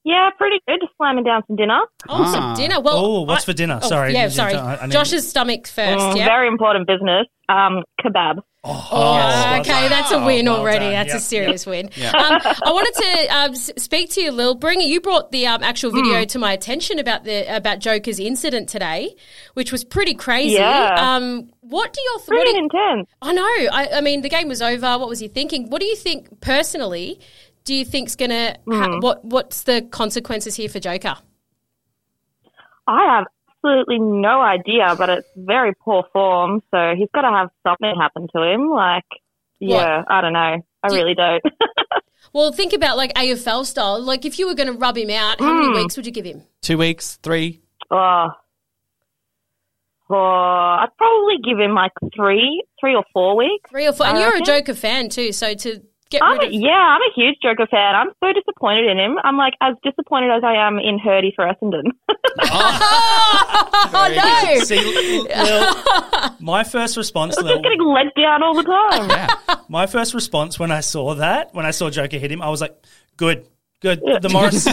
[SPEAKER 4] Yeah, pretty good. Just slamming down some dinner.
[SPEAKER 1] Oh, some
[SPEAKER 3] Ah.
[SPEAKER 1] dinner. Well,
[SPEAKER 2] Oh, what's
[SPEAKER 1] I-
[SPEAKER 2] for dinner?
[SPEAKER 1] oh,
[SPEAKER 2] sorry.
[SPEAKER 1] yeah,
[SPEAKER 2] Didn't- Oh,
[SPEAKER 1] sorry.
[SPEAKER 2] I- I need-
[SPEAKER 1] Josh's stomach first.
[SPEAKER 4] Mm,
[SPEAKER 1] yeah.
[SPEAKER 4] Very important business. Um, kebab.
[SPEAKER 1] Oh,
[SPEAKER 2] Yes.
[SPEAKER 1] okay, that's a win
[SPEAKER 2] well
[SPEAKER 1] already.
[SPEAKER 2] done.
[SPEAKER 1] That's
[SPEAKER 2] Yep.
[SPEAKER 1] a serious win. Um, I wanted to um, s- speak to you, Lil. Bring you brought the um, actual
[SPEAKER 2] Hmm.
[SPEAKER 1] video to my attention about the about Joker's incident today, which was pretty crazy.
[SPEAKER 4] Yeah.
[SPEAKER 1] Um, what do your th- what
[SPEAKER 4] Pretty
[SPEAKER 1] do you-
[SPEAKER 4] intense.
[SPEAKER 1] I know. I, I mean, the game was over. What was he thinking? What do you think personally? Do you think's gonna ha-
[SPEAKER 4] Hmm.
[SPEAKER 1] what What's the consequences here for Joker?
[SPEAKER 4] I have absolutely no idea, but it's very poor form. So he's got to have something happen to him. Like, yeah, I don't know. I really don't.
[SPEAKER 1] Well, think about like AFL style. Like, if you were going to rub him out, how
[SPEAKER 4] Hmm.
[SPEAKER 1] many weeks would you give him?
[SPEAKER 3] Two weeks, three.
[SPEAKER 4] oh. oh, I'd probably give him like three, three or four weeks.
[SPEAKER 1] Three or four. And
[SPEAKER 4] I
[SPEAKER 1] you're a
[SPEAKER 4] reckon.
[SPEAKER 1] Joker fan too, so to get
[SPEAKER 4] I'm
[SPEAKER 1] rid
[SPEAKER 4] a,
[SPEAKER 1] of
[SPEAKER 4] yeah, I'm a huge Joker fan. I'm so disappointed in him. I'm like as disappointed as I am in Hurdy for Essendon.
[SPEAKER 1] Oh no!
[SPEAKER 2] See, Lil, my first response, Lil,
[SPEAKER 4] Just getting let down all the time.
[SPEAKER 3] Yeah.
[SPEAKER 2] my first response when I saw that, when I saw Joker hit him, I was like, good, good. The Morris,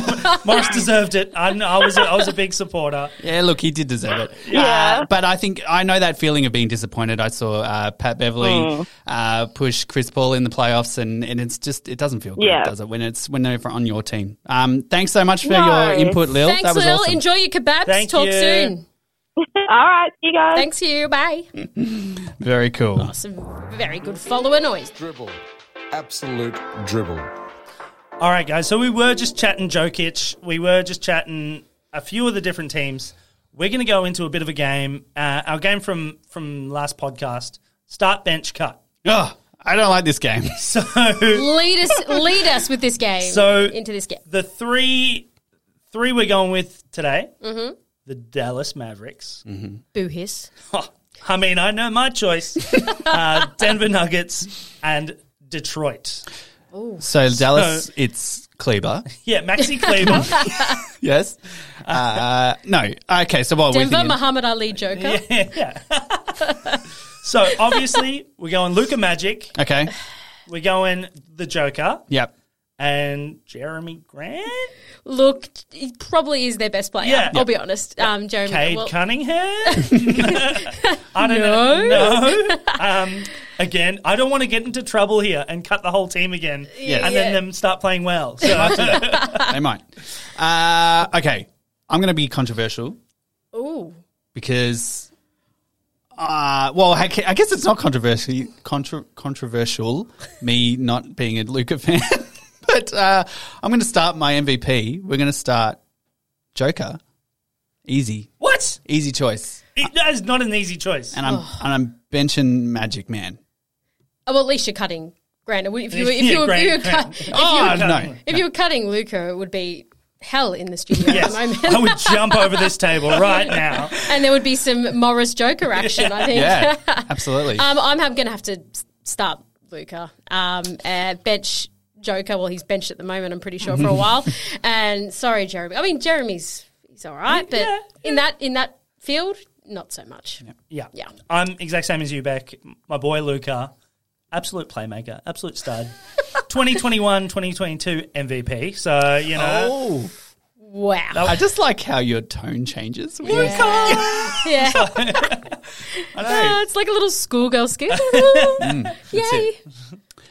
[SPEAKER 2] Morris deserved it. I, kn- I was, a, I was a big supporter.
[SPEAKER 3] yeah, look, he did deserve it.
[SPEAKER 4] Yeah.
[SPEAKER 3] Uh, but I think I know that feeling of being disappointed. I saw uh, Pat Beverly
[SPEAKER 1] Hmm.
[SPEAKER 3] uh, push Chris Paul in the playoffs, and, and it's just, it doesn't feel good,
[SPEAKER 4] Yeah.
[SPEAKER 3] does it, when it's when they're on your team? Um, thanks so much for
[SPEAKER 4] No.
[SPEAKER 3] your input, Lil.
[SPEAKER 1] Thanks,
[SPEAKER 3] that was
[SPEAKER 1] Lil.
[SPEAKER 3] awesome.
[SPEAKER 1] Enjoy your kebabs.
[SPEAKER 2] Thank
[SPEAKER 1] Talk
[SPEAKER 2] you.
[SPEAKER 1] soon.
[SPEAKER 4] All right, see you guys.
[SPEAKER 1] Thanks you. Bye.
[SPEAKER 3] Very cool.
[SPEAKER 1] Some very good follower noise.
[SPEAKER 5] Dribble. Absolute dribble.
[SPEAKER 2] All right, guys. So we were just chatting Jokic. We were just chatting a few of the different teams. We're going to go into a bit of a game. Uh, our game from from last podcast: start, bench, cut.
[SPEAKER 3] Oh, I don't like this game.
[SPEAKER 2] So
[SPEAKER 1] Lead us, lead us with this game.
[SPEAKER 2] So-
[SPEAKER 1] into this game.
[SPEAKER 2] the three three we're going with today: the Dallas Mavericks.
[SPEAKER 1] Boo hiss.
[SPEAKER 2] Oh, I mean, I know my choice: uh, Denver Nuggets and Detroit.
[SPEAKER 3] So Dallas,
[SPEAKER 2] So-
[SPEAKER 3] it's Kleber.
[SPEAKER 2] Yeah, Maxi Kleber.
[SPEAKER 3] Yes. Uh, no. Okay. So what we're
[SPEAKER 1] Denver
[SPEAKER 3] thinking,
[SPEAKER 1] Muhammad Ali Joker.
[SPEAKER 2] yeah. so obviously we're going Luca Magic.
[SPEAKER 3] Okay.
[SPEAKER 2] We're going the Joker.
[SPEAKER 3] Yep.
[SPEAKER 2] and Jeremy Grant,
[SPEAKER 1] Look, he probably is their best player.
[SPEAKER 2] Yeah.
[SPEAKER 1] I'll be honest. Um, Jeremy.
[SPEAKER 2] Cade
[SPEAKER 1] well,
[SPEAKER 2] Cunningham. I don't know. No. Um, again, I don't want to get into trouble here and cut the whole team again,
[SPEAKER 3] Yeah.
[SPEAKER 2] and then them start playing well. So
[SPEAKER 3] Might do that. they might. Uh, okay, I'm going to be controversial
[SPEAKER 1] ooh,
[SPEAKER 3] because, uh, well, I ca- I guess it's not controversial. Contra- controversial, me not being a Luca fan, but uh, I'm going to start my MVP. We're going to start Joker. Easy,
[SPEAKER 2] what?
[SPEAKER 3] easy choice,
[SPEAKER 2] It- that is not an easy choice.
[SPEAKER 3] and I'm and I'm benching Magic Man.
[SPEAKER 1] Oh, well, at least you're cutting Grant. If you were, if
[SPEAKER 2] Yeah,
[SPEAKER 1] you were,
[SPEAKER 2] Grant,
[SPEAKER 1] if you were,
[SPEAKER 2] Grant.
[SPEAKER 1] cut, if you
[SPEAKER 3] Oh
[SPEAKER 1] were,
[SPEAKER 3] no!
[SPEAKER 1] if you were cutting Luca, it would be hell in the studio
[SPEAKER 2] Yes,
[SPEAKER 1] at the
[SPEAKER 2] I
[SPEAKER 1] moment,
[SPEAKER 2] would jump over this table right now.
[SPEAKER 1] and there would be some Morris Joker action. I think.
[SPEAKER 3] Yeah, absolutely.
[SPEAKER 1] Um, I'm, I'm going to have to s- start Luca. Um, uh, bench Joker. Well, he's benched at the moment. I'm pretty sure for a while. And sorry, Jeremy. I mean, Jeremy's he's all right, but in that in that field, not so much.
[SPEAKER 2] Yeah.
[SPEAKER 1] Yeah.
[SPEAKER 2] I'm exact same as you, Beck. My boy Luca, absolute playmaker, absolute stud. 2021, 2022 MVP. So, you know,
[SPEAKER 3] oh,
[SPEAKER 1] Wow.
[SPEAKER 3] I just like how your tone changes. when you say
[SPEAKER 1] Yeah.
[SPEAKER 2] I
[SPEAKER 1] Uh,
[SPEAKER 2] know. Mm,
[SPEAKER 1] it's like a little schoolgirl skit. Yay.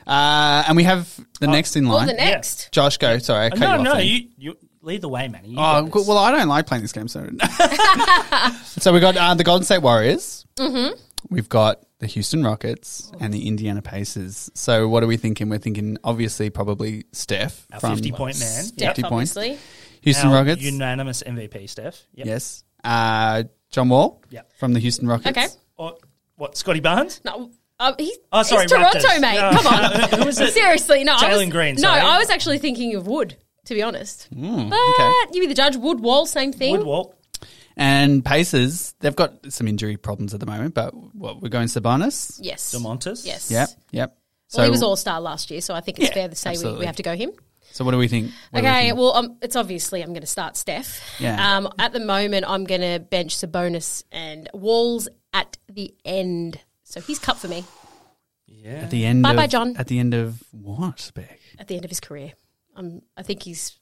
[SPEAKER 3] Uh, and we have the next in
[SPEAKER 1] Oh, Well,
[SPEAKER 3] line.
[SPEAKER 1] the next.
[SPEAKER 3] Josh, go. Sorry, I cut you
[SPEAKER 2] No,
[SPEAKER 3] off
[SPEAKER 2] no,
[SPEAKER 3] there.
[SPEAKER 2] you, you lead the way, Manny. You
[SPEAKER 3] Oh,
[SPEAKER 2] got
[SPEAKER 3] cool.
[SPEAKER 2] this.
[SPEAKER 3] well, I don't like playing this game, so. so we got uh, the Golden State Warriors. Mm-hmm. We've got the Houston Rockets and the Indiana Pacers. So what are we thinking? We're thinking obviously probably Steph,
[SPEAKER 2] Our
[SPEAKER 3] from
[SPEAKER 2] 50 point man.
[SPEAKER 3] fifty
[SPEAKER 1] Steph,
[SPEAKER 3] points.
[SPEAKER 1] obviously.
[SPEAKER 3] Houston
[SPEAKER 2] Our
[SPEAKER 3] Rockets.
[SPEAKER 2] Unanimous MVP, Steph. Yep.
[SPEAKER 3] Yes, uh, John Wall.
[SPEAKER 2] Yeah.
[SPEAKER 3] from the Houston Rockets.
[SPEAKER 1] Okay.
[SPEAKER 2] Or, Oh, what, Scotty Barnes?
[SPEAKER 1] No. Uh, he's,
[SPEAKER 2] Oh, sorry,
[SPEAKER 1] he's Toronto,
[SPEAKER 2] Raptors.
[SPEAKER 1] mate.
[SPEAKER 2] No.
[SPEAKER 1] Come on.
[SPEAKER 2] Who was it?
[SPEAKER 1] Seriously, no. I
[SPEAKER 2] Jalen
[SPEAKER 1] was-
[SPEAKER 2] Green,
[SPEAKER 1] No,
[SPEAKER 2] sorry.
[SPEAKER 1] I was actually thinking of Wood, to be honest. but
[SPEAKER 3] Hmm, okay.
[SPEAKER 1] you be the judge. Wood, Wall, same thing.
[SPEAKER 2] Woodwalk.
[SPEAKER 3] And Pacers, they've got some injury problems at the moment, but what we're going Sabonis.
[SPEAKER 1] Yes.
[SPEAKER 2] DeMontis.
[SPEAKER 1] Yes.
[SPEAKER 3] Yep, yep. So,
[SPEAKER 1] Well, he was all star last year, so I think it's fair to say we,
[SPEAKER 3] absolutely.
[SPEAKER 1] we have to go him.
[SPEAKER 3] so what do we think? What do we
[SPEAKER 1] okay,
[SPEAKER 3] think?
[SPEAKER 1] well, um, it's obviously I'm going to start Steph.
[SPEAKER 3] Yeah.
[SPEAKER 1] Um, at the moment, I'm going to bench Sabonis and Walls at the end. So he's cut for me
[SPEAKER 3] at the end.
[SPEAKER 1] Bye-bye,
[SPEAKER 3] of-
[SPEAKER 1] John.
[SPEAKER 3] At the end of what, Beck?
[SPEAKER 1] at the end of his career. Um, I think he's.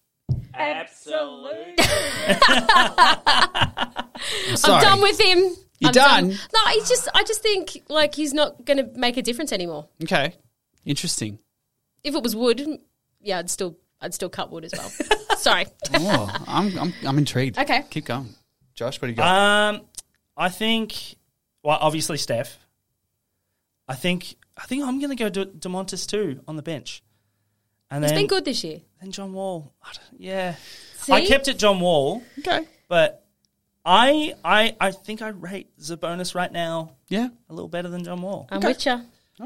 [SPEAKER 3] Sorry.
[SPEAKER 1] I'm done with him.
[SPEAKER 3] You're
[SPEAKER 1] I'm
[SPEAKER 3] done?
[SPEAKER 1] No, he's just. I just think like he's not going to make a difference anymore.
[SPEAKER 3] Okay. Interesting.
[SPEAKER 1] If it was Wood, yeah, I'd still. I'd still cut Wood as well. Sorry.
[SPEAKER 3] Oh, I'm, I'm, I'm intrigued.
[SPEAKER 1] Okay.
[SPEAKER 3] Keep going. Josh, what do you got?
[SPEAKER 2] Um, I think, well, obviously Steph. I think I think I'm going to go De- Demontis too on the bench, and
[SPEAKER 1] It's
[SPEAKER 2] then
[SPEAKER 1] been good this year.
[SPEAKER 2] then John Wall. I don't- yeah,
[SPEAKER 1] See?
[SPEAKER 2] I kept it John Wall,
[SPEAKER 3] okay.
[SPEAKER 2] but I I I think I rate Sabonis right now
[SPEAKER 3] Yeah.
[SPEAKER 2] a little better than John Wall.
[SPEAKER 1] I'm with you.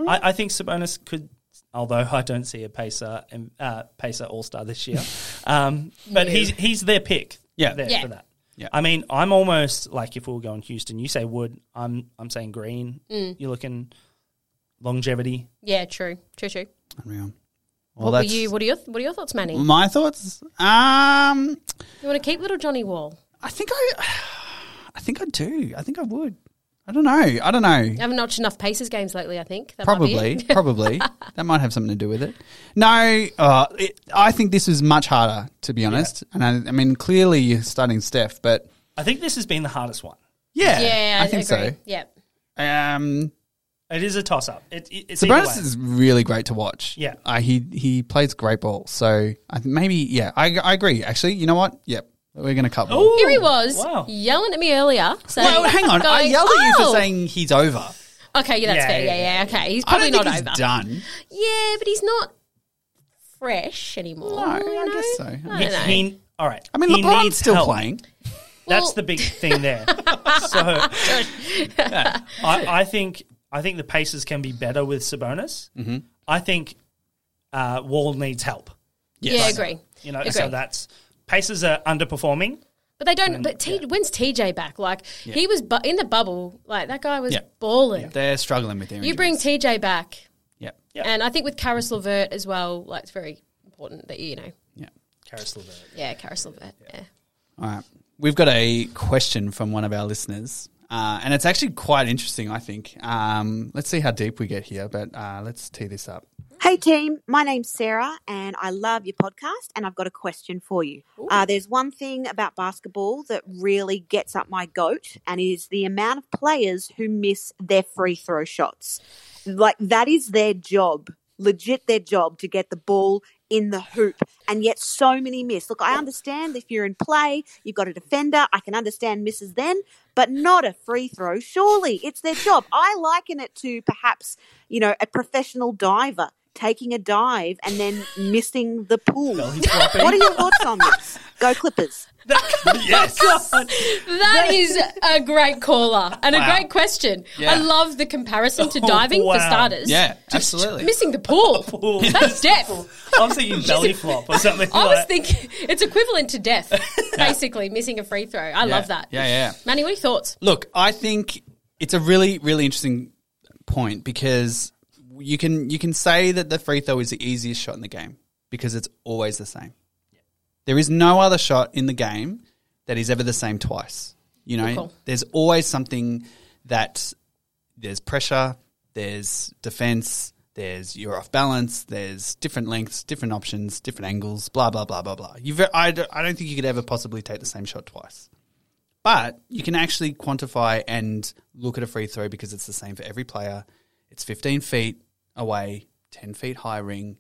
[SPEAKER 2] I, I think Sabonis could, although I don't see a Pacer and uh, Pacer All Star this year, um, but he's he's their pick.
[SPEAKER 3] Yeah.
[SPEAKER 2] there
[SPEAKER 1] Yeah.
[SPEAKER 2] for that.
[SPEAKER 3] Yeah.
[SPEAKER 2] I mean, I'm almost like if we were going Houston, you say Wood, I'm I'm saying Green.
[SPEAKER 1] Mm.
[SPEAKER 2] You're looking longevity.
[SPEAKER 1] Yeah, true, true, true.
[SPEAKER 3] Unreal. Well,
[SPEAKER 1] What were you? What are your What are your thoughts, Manny?
[SPEAKER 3] my thoughts. Um,
[SPEAKER 1] You want to keep little Johnny Wall?
[SPEAKER 3] I think I, I think I do. I think I would. I don't know. I don't know.
[SPEAKER 1] I haven't watched enough Pacers games lately. I think that might be it.
[SPEAKER 3] Probably, probably. That might have something to do with it. No, uh, it, I think this was much harder, to be honest. And I, I mean, clearly you're starting Steph, but
[SPEAKER 2] I think this has been the hardest one.
[SPEAKER 3] yeah,
[SPEAKER 1] Yeah,
[SPEAKER 3] I think
[SPEAKER 1] agree. Yeah,
[SPEAKER 3] so. Um,
[SPEAKER 2] It is a toss up. It, it, it's either
[SPEAKER 3] Sabonis
[SPEAKER 2] way.
[SPEAKER 3] is really great to watch.
[SPEAKER 2] Yeah.
[SPEAKER 3] uh, he he plays great ball. So I th- maybe yeah, I, I agree. Actually, you know what? Yep, we're gonna cut. Wall.
[SPEAKER 2] Ooh,
[SPEAKER 1] here he was
[SPEAKER 2] Wow.
[SPEAKER 1] yelling at me earlier. Saying,
[SPEAKER 3] Well, hang on. I
[SPEAKER 1] going,
[SPEAKER 3] yelled at you
[SPEAKER 1] "Oh!"
[SPEAKER 3] for saying he's over.
[SPEAKER 1] Okay, yeah, that's
[SPEAKER 2] Yeah,
[SPEAKER 1] fair.
[SPEAKER 2] yeah,
[SPEAKER 1] Yeah, yeah, okay. He's
[SPEAKER 3] I
[SPEAKER 1] probably
[SPEAKER 3] don't think
[SPEAKER 1] not
[SPEAKER 3] he's
[SPEAKER 1] over.
[SPEAKER 3] done.
[SPEAKER 1] Yeah, but he's not fresh anymore.
[SPEAKER 3] No, I guess so.
[SPEAKER 1] I
[SPEAKER 2] he,
[SPEAKER 1] don't know.
[SPEAKER 2] he- all right.
[SPEAKER 3] I mean,
[SPEAKER 2] He
[SPEAKER 3] LeBron's
[SPEAKER 2] needs
[SPEAKER 3] still
[SPEAKER 2] help.
[SPEAKER 3] playing.
[SPEAKER 2] That's
[SPEAKER 1] Well-
[SPEAKER 2] the big thing there. so I, I think I think the Pacers can be better with Sabonis. Mm-hmm. I think uh, Wall needs help.
[SPEAKER 1] yeah, I agree.
[SPEAKER 2] You know,
[SPEAKER 1] Agree.
[SPEAKER 2] so that's Pacers are underperforming.
[SPEAKER 1] But they don't. But T, when's TJ back? Like he was bu- in the bubble. Like that guy was
[SPEAKER 3] Yeah.
[SPEAKER 1] balling.
[SPEAKER 3] They're struggling with their
[SPEAKER 1] You bring
[SPEAKER 3] injuries.
[SPEAKER 1] TJ back,
[SPEAKER 3] Yep.
[SPEAKER 2] Yeah.
[SPEAKER 1] and I think with Karis Levert as well. Like it's very important that you know.
[SPEAKER 3] Yeah.
[SPEAKER 2] Karis LeVert.
[SPEAKER 1] Yeah, Karis Levert. Yeah.
[SPEAKER 3] All right. We've got a question from one of our listeners, uh, and it's actually quite interesting, I think. Um, let's see how deep we get here, but uh, let's tee this up.
[SPEAKER 6] Hey team, my name's Sarah and I love your podcast and I've got a question for you. Uh, there's one thing about basketball that really gets up my goat and is the amount of players who miss their free throw shots. Like that is their job, legit their job to get the ball in the hoop and yet so many miss. Look, I understand if you're in play, you've got a defender, I can understand misses then, but not a free throw. Surely it's their job. I liken it to perhaps, you know, a professional diver taking a dive and then missing the pool. What are your thoughts on this? Go Clippers.
[SPEAKER 3] yes.
[SPEAKER 1] That is a great caller and a great question.
[SPEAKER 3] Yeah.
[SPEAKER 1] I love the comparison to diving
[SPEAKER 2] Oh, wow.
[SPEAKER 1] for starters.
[SPEAKER 3] Yeah, absolutely.
[SPEAKER 1] Missing the pool. That's death.
[SPEAKER 2] I was thinking belly flop or something.
[SPEAKER 1] I was
[SPEAKER 2] like.
[SPEAKER 1] thinking it's equivalent to death, basically, missing a free throw. I love that.
[SPEAKER 3] Yeah, yeah, yeah.
[SPEAKER 1] Manny, what are your thoughts?
[SPEAKER 3] Look, I think it's a really, really interesting point because you can you can say that the free throw is the easiest shot in the game because it's always the same. There is no other shot in the game that is ever the same twice. You know,
[SPEAKER 1] call.
[SPEAKER 3] there's always something that there's pressure, there's defense, there's you're off balance, there's different lengths, different options, different angles, blah blah blah blah blah. You, ve- I, d- I don't think you could ever possibly take the same shot twice. But you can actually quantify and look at a free throw because it's the same for every player. It's 15 feet away, 10 feet high ring.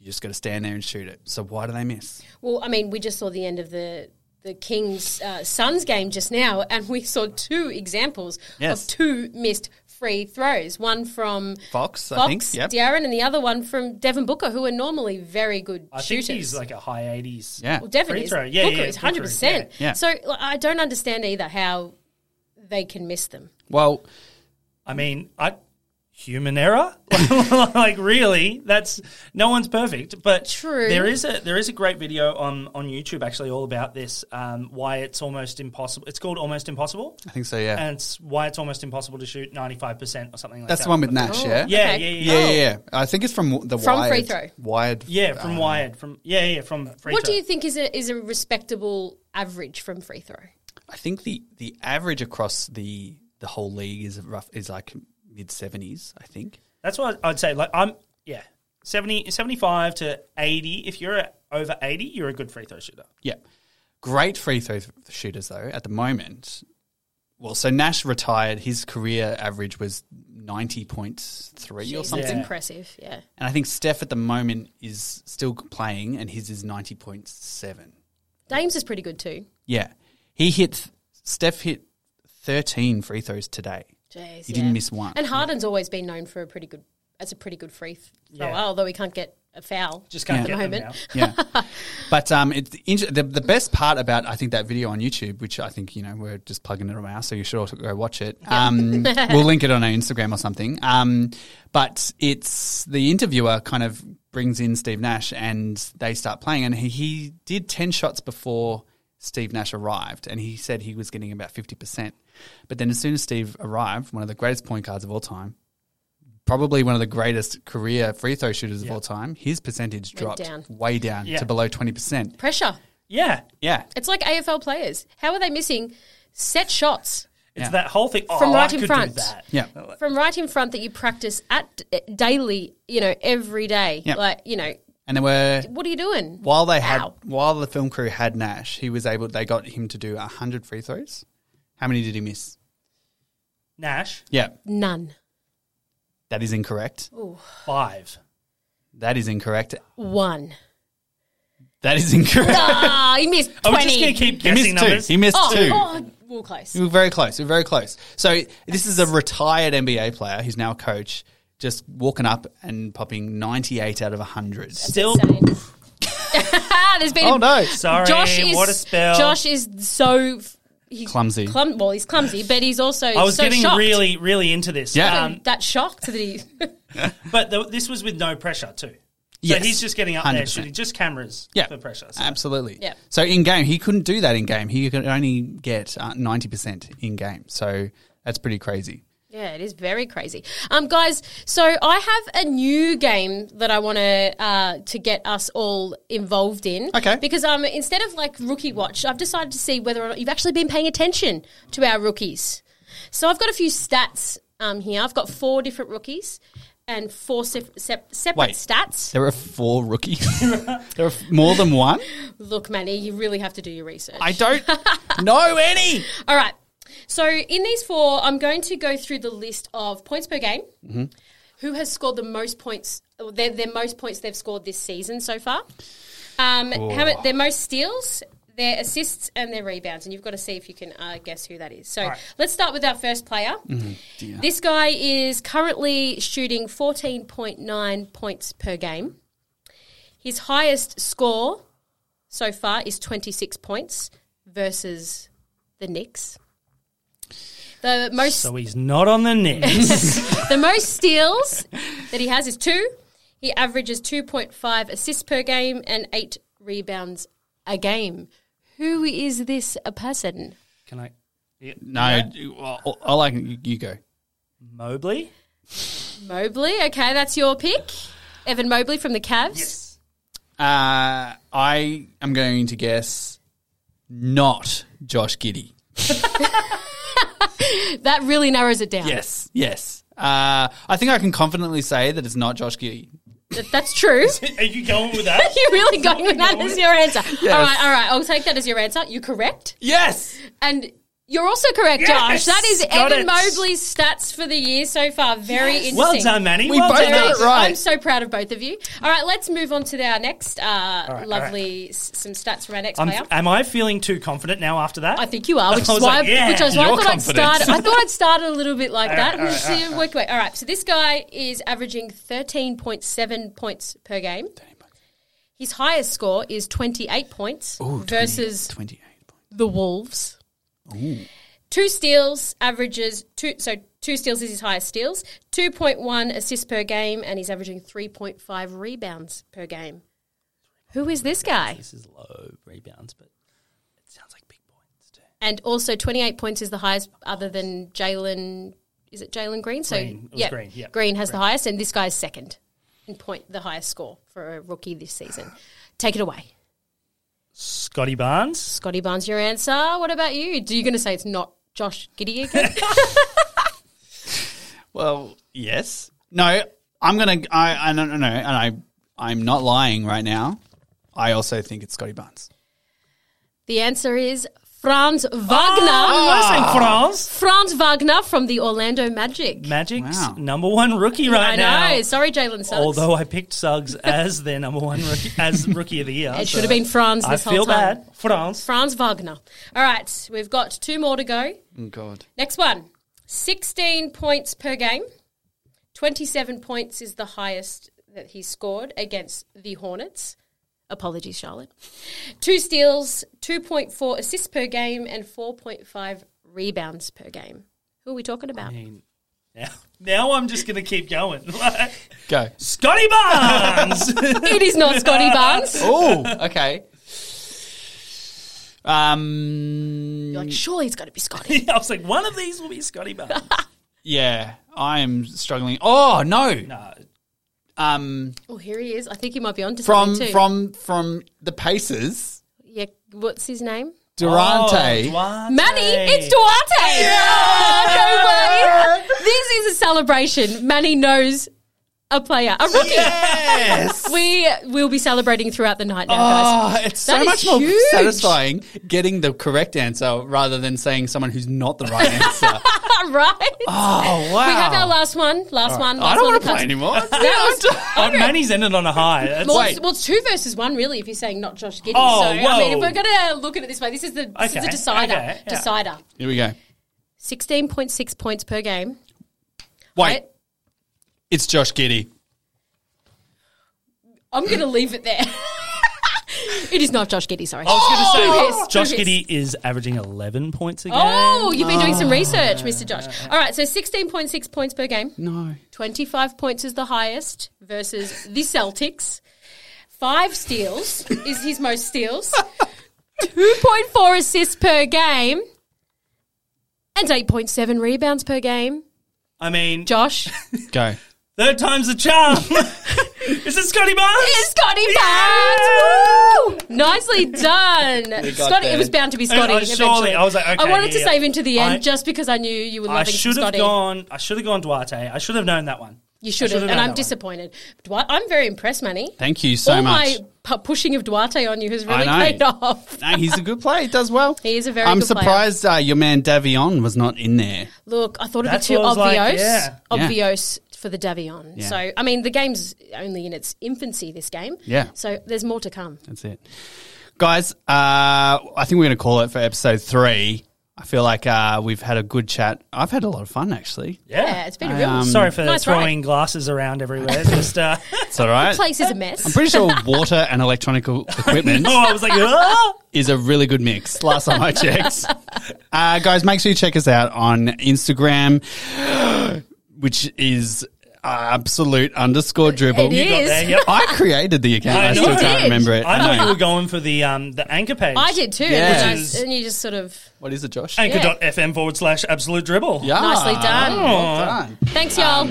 [SPEAKER 3] You just got to stand there and shoot it. So why do they miss?
[SPEAKER 1] Well, I mean, we just saw the end of the the Kings uh, Suns game just now, and we saw two examples
[SPEAKER 3] Yes.
[SPEAKER 1] of two missed free throws. One from
[SPEAKER 3] Fox, I think.
[SPEAKER 1] Fox,
[SPEAKER 3] Yep.
[SPEAKER 1] De'Aaron, and the other one from Devin Booker, who are normally very good
[SPEAKER 2] I think
[SPEAKER 1] shooters.
[SPEAKER 2] he's like a high 80s.
[SPEAKER 3] Yeah.
[SPEAKER 1] Well, Devin
[SPEAKER 2] Free
[SPEAKER 1] is.
[SPEAKER 2] throw. Yeah,
[SPEAKER 1] Booker
[SPEAKER 2] yeah,
[SPEAKER 1] is
[SPEAKER 2] Booker is,
[SPEAKER 1] 100%.
[SPEAKER 3] yeah. Yeah.
[SPEAKER 1] So like, I don't understand either how they can miss them.
[SPEAKER 3] Well,
[SPEAKER 2] I mean, I human error. like really, that's no one's perfect. But
[SPEAKER 1] True.
[SPEAKER 2] there is a there is a great video on on YouTube actually all about this. Um, why it's almost impossible. It's called Almost Impossible,
[SPEAKER 3] I think so, yeah.
[SPEAKER 2] and it's why it's almost impossible to shoot ninety five percent or something like that.
[SPEAKER 3] That's the one with Nash, Oh, yeah?
[SPEAKER 2] Yeah,
[SPEAKER 1] Okay.
[SPEAKER 2] yeah, yeah,
[SPEAKER 3] Yeah,
[SPEAKER 2] yeah.
[SPEAKER 3] yeah, yeah. I think it's from the
[SPEAKER 1] From free
[SPEAKER 3] Wired.
[SPEAKER 1] throw.
[SPEAKER 3] Wired.
[SPEAKER 2] Yeah, from Wired, from yeah, yeah, from free
[SPEAKER 1] What
[SPEAKER 2] throw.
[SPEAKER 1] do you think is a, is a respectable average from free throw?
[SPEAKER 3] I think the, the average across the the whole league is rough is like mid 70s, I think.
[SPEAKER 2] That's what I'd say. Like I'm, yeah, 70, 75 to eighty. If you're at over eighty, you're a good free throw shooter.
[SPEAKER 3] Yeah. Great free throw th- shooters, though, at the moment. Well, so Nash retired. His career average was 90.3 or
[SPEAKER 1] Jeez,
[SPEAKER 3] something.
[SPEAKER 1] That's impressive, yeah.
[SPEAKER 3] And I think Steph at the moment is still playing, and his is 90.7.
[SPEAKER 1] Dames is pretty good too.
[SPEAKER 3] Yeah. He hit, Steph hit 13 free throws today.
[SPEAKER 1] Jeez,
[SPEAKER 3] He
[SPEAKER 1] yeah.
[SPEAKER 3] didn't miss one.
[SPEAKER 1] And Harden's always been known for a pretty good as a pretty good free thrower,
[SPEAKER 2] Yeah.
[SPEAKER 1] although he can't get a foul.
[SPEAKER 2] Just can't
[SPEAKER 1] at
[SPEAKER 2] get
[SPEAKER 1] the
[SPEAKER 2] them
[SPEAKER 1] moment.
[SPEAKER 2] now.
[SPEAKER 3] yeah. But um, it's the, inter- the the best part about I think that video on YouTube, which I think you know we're just plugging it around, so you should also go watch it. Um, we'll link it on our Instagram or something. Um, but it's the interviewer kind of brings in Steve Nash and they start playing, and he, he did ten shots before Steve Nash arrived, and he said he was getting about fifty percent. But then as soon as Steve arrived, one of the greatest point guards of all time. Probably one of the greatest career free throw shooters of all time. His percentage dropped
[SPEAKER 1] down.
[SPEAKER 3] way down
[SPEAKER 2] Yeah.
[SPEAKER 3] to below 20%.
[SPEAKER 1] Pressure.
[SPEAKER 2] Yeah,
[SPEAKER 3] Yeah.
[SPEAKER 1] It's like AFL players. How are they missing set shots
[SPEAKER 2] it's
[SPEAKER 3] Yeah.
[SPEAKER 2] that whole thing. Oh,
[SPEAKER 1] From right
[SPEAKER 2] I
[SPEAKER 1] in
[SPEAKER 2] could
[SPEAKER 1] front.
[SPEAKER 2] do that.
[SPEAKER 3] Yeah.
[SPEAKER 1] from right in front that you practice at daily, you know, every day?
[SPEAKER 3] Yeah.
[SPEAKER 1] Like, you know,
[SPEAKER 3] And there were
[SPEAKER 1] what are you doing?
[SPEAKER 3] while they had
[SPEAKER 1] Ow.
[SPEAKER 3] while the film crew had Nash, he was able they got him to do 100 free throws. How many did he miss?
[SPEAKER 2] Nash
[SPEAKER 3] Yeah.
[SPEAKER 1] None.
[SPEAKER 3] That is incorrect.
[SPEAKER 2] five.
[SPEAKER 3] That is incorrect.
[SPEAKER 1] One.
[SPEAKER 3] That is incorrect.
[SPEAKER 1] Ah, he missed
[SPEAKER 2] Are we
[SPEAKER 1] 20.
[SPEAKER 2] just going to keep
[SPEAKER 3] He
[SPEAKER 2] guessing
[SPEAKER 3] missed
[SPEAKER 2] numbers?
[SPEAKER 3] two. He missed
[SPEAKER 1] oh,
[SPEAKER 3] two.
[SPEAKER 1] oh, well, close.
[SPEAKER 3] We were very close. We were very close. So this is a retired NBA player who's now a coach, just walking up and popping 98 out of 100.
[SPEAKER 2] Still,
[SPEAKER 1] Insane. There's been
[SPEAKER 3] Oh, no.
[SPEAKER 2] sorry.
[SPEAKER 1] Josh is
[SPEAKER 2] what a spell.
[SPEAKER 1] Josh is so f- he's
[SPEAKER 3] Clumsy.
[SPEAKER 1] Clum, well, he's clumsy, but he's also
[SPEAKER 2] I was
[SPEAKER 1] so
[SPEAKER 2] getting
[SPEAKER 1] shocked.
[SPEAKER 2] really, really into this.
[SPEAKER 3] Yeah.
[SPEAKER 2] Um,
[SPEAKER 1] that shocked that he.
[SPEAKER 2] but the, this was with no pressure too. So
[SPEAKER 3] Yes.
[SPEAKER 2] he's just getting up there
[SPEAKER 3] 100%.
[SPEAKER 2] shooting just cameras
[SPEAKER 3] Yeah.
[SPEAKER 2] for pressure. So.
[SPEAKER 3] Absolutely.
[SPEAKER 1] Yeah.
[SPEAKER 3] So in game, he couldn't do that in game. He could only get uh, ninety percent in game. So that's pretty crazy.
[SPEAKER 1] Yeah, it is very crazy, um, guys. So I have a new game that I want to uh, to get us all involved in.
[SPEAKER 3] Okay.
[SPEAKER 1] because um, instead of like rookie watch, I've decided to see whether or not you've actually been paying attention to our rookies. So I've got a few stats um, here. I've got four different rookies, uh, and four sef- sep- separate
[SPEAKER 3] Wait.
[SPEAKER 1] stats.
[SPEAKER 3] There are four rookies. there are f- more than one.
[SPEAKER 1] Look, Manny, you really have to do your research.
[SPEAKER 3] I don't know any.
[SPEAKER 1] All right. So in these four, I'm going to go through the list of points per game. Who has scored the most points? Their, their most points they've scored this season so far. Um, how mu- their most steals, their assists, and their rebounds. And you've got to see if you can uh, guess who that is. So let's start with our first player. This guy is currently shooting 14.9 points per game. His highest score so far is 26 points versus the Knicks. The most
[SPEAKER 2] So he's not on the Knicks.
[SPEAKER 1] the most steals that he has is two. He averages 2.5 assists per game and eight rebounds a game. Who is this a person?
[SPEAKER 2] Can I? Yeah.
[SPEAKER 3] No, all, all I can. You, you go.
[SPEAKER 2] Mobley?
[SPEAKER 1] Mobley. Okay, that's your pick. Evan Mobley from the Cavs.
[SPEAKER 3] Uh, I am going to guess not Josh Giddy.
[SPEAKER 1] That really narrows it down.
[SPEAKER 3] Yes, yes. Uh, I think I can confidently say that it's not Josh Giddy.
[SPEAKER 1] That- that's true.
[SPEAKER 2] Are you going with that?
[SPEAKER 1] You're really going with that as your answer. All right, all right. I'll take that as your answer. You're correct.
[SPEAKER 3] Yes.
[SPEAKER 1] And you're also correct, Josh. That is
[SPEAKER 2] Got
[SPEAKER 1] Evan
[SPEAKER 2] it.
[SPEAKER 1] Mobley's stats for the year so far. Very interesting.
[SPEAKER 2] well done, Manny.
[SPEAKER 3] We
[SPEAKER 2] well
[SPEAKER 3] both
[SPEAKER 2] done.
[SPEAKER 3] got it right.
[SPEAKER 1] I'm so proud of both of you. All right, let's move on to our next uh, lovely s- some stats from our next player.
[SPEAKER 2] I'm, am I feeling too confident now after that?
[SPEAKER 1] I think you are, which
[SPEAKER 2] I
[SPEAKER 1] is
[SPEAKER 2] was
[SPEAKER 1] why,
[SPEAKER 2] like, yeah,
[SPEAKER 1] which is why I
[SPEAKER 3] your
[SPEAKER 1] thought I'd
[SPEAKER 3] confidence.
[SPEAKER 1] start. I thought I'd started a little bit like that.
[SPEAKER 2] all right,
[SPEAKER 1] See, work your way. All right, so this guy is averaging 13.7 points per game. His highest score is 28 points versus
[SPEAKER 3] 28 points.
[SPEAKER 1] the Wolves. Two steals averages two. So two steals is his highest steals. Two point one assists per game, and he's averaging three point five rebounds per game. Who is this guy?
[SPEAKER 2] This is low rebounds, but it sounds like big points too.
[SPEAKER 1] And also twenty eight points is the highest, other than Jalen. Is it Jalen Green? So
[SPEAKER 2] Green. It was Green, yeah.
[SPEAKER 1] Green has the highest, and this guy's second in point, the highest score for a rookie this season. Take it away,
[SPEAKER 2] Scotty Barnes?
[SPEAKER 1] Scotty Barnes. Your answer. What about you? Do you going to say it's not Josh Giddy again?
[SPEAKER 3] Well, yes. No, I'm gonna. I, I don't know. And I, I'm not lying right now. I also think it's Scotty Barnes.
[SPEAKER 1] The answer is Franz Wagner.
[SPEAKER 2] Ah. France?
[SPEAKER 1] Franz Wagner from the Orlando Magic.
[SPEAKER 2] Magic's
[SPEAKER 3] Wow.
[SPEAKER 2] number one rookie right
[SPEAKER 1] I
[SPEAKER 2] now.
[SPEAKER 1] know. Sorry, Jalen Suggs.
[SPEAKER 2] Although I picked Suggs as their number one rookie, as rookie of the year.
[SPEAKER 1] it
[SPEAKER 2] so
[SPEAKER 1] should have been Franz
[SPEAKER 2] I
[SPEAKER 1] this
[SPEAKER 2] feel
[SPEAKER 1] whole time.
[SPEAKER 2] bad. France.
[SPEAKER 1] Franz Wagner. All right, we've got two more to go.
[SPEAKER 3] Oh, God.
[SPEAKER 1] Next one 16 points per game. 27 points is the highest that he scored against the Hornets. Apologies, Charlotte. Two steals, 2.4 assists per game, and 4.5 rebounds per game. Who are we talking about?
[SPEAKER 2] Now, now I'm just going to keep going.
[SPEAKER 3] Go.
[SPEAKER 2] Scotty Barnes!
[SPEAKER 1] It is not Scotty Barnes.
[SPEAKER 3] Oh, okay. Um.
[SPEAKER 1] You're like, surely it's got to be Scotty.
[SPEAKER 2] I was like, one of these will be Scotty Barnes.
[SPEAKER 3] Yeah, I am struggling. Oh no.
[SPEAKER 2] No,
[SPEAKER 3] Um.
[SPEAKER 1] oh, here he is. I think he might be on to
[SPEAKER 3] From
[SPEAKER 1] something too.
[SPEAKER 3] from from the Pacers,
[SPEAKER 1] yeah, what's his name?
[SPEAKER 3] Durante.
[SPEAKER 2] Oh, Duarte.
[SPEAKER 1] Manny, it's Duarte. Oh, no way. This is a celebration. Manny knows a player, a rookie.
[SPEAKER 3] Yes.
[SPEAKER 1] We will be celebrating throughout the night now, guys.
[SPEAKER 3] Oh, it's
[SPEAKER 1] That
[SPEAKER 3] so much
[SPEAKER 1] is
[SPEAKER 3] more
[SPEAKER 1] huge.
[SPEAKER 3] satisfying getting the correct answer rather than saying someone who's not the right answer.
[SPEAKER 1] All right.
[SPEAKER 3] oh wow!
[SPEAKER 1] We have our last one. Last one. Last
[SPEAKER 3] I don't
[SPEAKER 1] one
[SPEAKER 3] want to
[SPEAKER 1] comes-
[SPEAKER 3] play anymore.
[SPEAKER 1] That was,
[SPEAKER 2] Oh, Manny's ended on a high. That's-
[SPEAKER 1] Well,
[SPEAKER 3] Wait.
[SPEAKER 1] it's, well, it's two versus one, really, if you're saying not Josh Giddy.
[SPEAKER 2] Oh,
[SPEAKER 1] so, I mean,
[SPEAKER 2] whoa.
[SPEAKER 1] if we're going to look at it this way, this is the, this is
[SPEAKER 2] Okay,
[SPEAKER 1] the decider.
[SPEAKER 2] okay, yeah.
[SPEAKER 1] Decider.
[SPEAKER 3] Here we go.
[SPEAKER 1] 16.6 points per game.
[SPEAKER 3] Wait,
[SPEAKER 1] I-
[SPEAKER 3] it's Josh Giddy.
[SPEAKER 1] I'm going to leave it there. it is not Josh Giddy, sorry. Oh,
[SPEAKER 2] I was going to say,
[SPEAKER 1] Yes,
[SPEAKER 2] Josh
[SPEAKER 1] yes.
[SPEAKER 2] Giddy is averaging 11 points a game.
[SPEAKER 1] Oh, you've been doing some research, Mr. Josh. All right, so 16.6 points per game.
[SPEAKER 3] No.
[SPEAKER 1] 25 points is the highest versus the Celtics. Five steals is his most steals. 2.4 assists per game. And 8.7 rebounds per game.
[SPEAKER 2] I mean,
[SPEAKER 1] Josh.
[SPEAKER 3] Go.
[SPEAKER 2] third time's the charm. is it Scotty Barnes?
[SPEAKER 1] It's Scotty Barnes! Woo! Nicely done.
[SPEAKER 3] got
[SPEAKER 1] Scotty,
[SPEAKER 3] there.
[SPEAKER 1] it was bound to be
[SPEAKER 2] I- I-
[SPEAKER 1] Scotty.
[SPEAKER 2] surely,
[SPEAKER 1] eventually.
[SPEAKER 2] I was like, okay,
[SPEAKER 1] I wanted to
[SPEAKER 2] yeah, yeah.
[SPEAKER 1] save into the end
[SPEAKER 2] I-
[SPEAKER 1] just because I knew you were loving
[SPEAKER 2] I should have
[SPEAKER 1] Scotty.
[SPEAKER 2] gone. I should have gone Duarte. I should have known that one.
[SPEAKER 1] You should have,
[SPEAKER 2] should've
[SPEAKER 1] and
[SPEAKER 2] known
[SPEAKER 1] I'm
[SPEAKER 2] that one.
[SPEAKER 1] disappointed. Dui- I'm very impressed, Manny.
[SPEAKER 3] Thank you so
[SPEAKER 1] All
[SPEAKER 3] much.
[SPEAKER 1] my pu- pushing of Duarte on you has really
[SPEAKER 3] I know.
[SPEAKER 1] paid off.
[SPEAKER 3] No, he's a good player. He does well.
[SPEAKER 1] He is a very
[SPEAKER 3] I'm
[SPEAKER 1] good player.
[SPEAKER 3] surprised uh, your man Davion was not in there.
[SPEAKER 1] Look, I thought it'd
[SPEAKER 2] That's
[SPEAKER 1] be too
[SPEAKER 2] what I was
[SPEAKER 1] obvious,
[SPEAKER 2] like, yeah.
[SPEAKER 1] obvious for the Davion.
[SPEAKER 3] Yeah.
[SPEAKER 1] So, I mean, the game's only in its infancy. This game,
[SPEAKER 3] Yeah.
[SPEAKER 1] So there's more to come.
[SPEAKER 3] That's it. Guys, uh, I think we're going to call it for episode three. I feel like uh, we've had a good chat. I've had a lot of fun, actually.
[SPEAKER 2] Yeah.
[SPEAKER 1] Yeah, it's been a real.
[SPEAKER 3] um,
[SPEAKER 2] Sorry for
[SPEAKER 1] Nice
[SPEAKER 2] throwing glasses around everywhere. It's Just, uh,
[SPEAKER 3] It's all right.
[SPEAKER 1] place is a mess.
[SPEAKER 3] I'm pretty sure water and electronic equipment
[SPEAKER 2] oh, I was like, ah!
[SPEAKER 3] is a really good mix. Last time I checked. Uh, guys, make sure you check us out on Instagram, which is absolute underscore dribble.
[SPEAKER 1] It
[SPEAKER 2] You got
[SPEAKER 1] is.
[SPEAKER 2] there. Yep.
[SPEAKER 3] I created the account.
[SPEAKER 2] I
[SPEAKER 3] I,
[SPEAKER 2] know.
[SPEAKER 3] still
[SPEAKER 2] You
[SPEAKER 3] can't
[SPEAKER 1] did.
[SPEAKER 3] remember it.
[SPEAKER 2] I know you were going for the um, the anchor page.
[SPEAKER 1] I did too.
[SPEAKER 3] Yeah.
[SPEAKER 1] And, then I
[SPEAKER 3] Which
[SPEAKER 1] s-
[SPEAKER 2] is-
[SPEAKER 1] and you just sort of
[SPEAKER 3] What is it, Josh?
[SPEAKER 2] Anchor.fm forward slash absolute dribble.
[SPEAKER 3] Yeah.
[SPEAKER 1] Nicely done.
[SPEAKER 3] Well done.
[SPEAKER 1] thanks, y'all.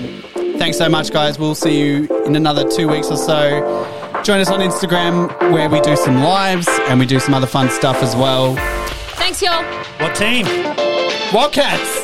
[SPEAKER 3] Thanks so much, guys. We'll see you in another two weeks or so. Join us on Instagram where we do some lives and we do some other fun stuff as well.
[SPEAKER 1] Thanks, y'all.
[SPEAKER 2] What team?
[SPEAKER 3] Wildcats!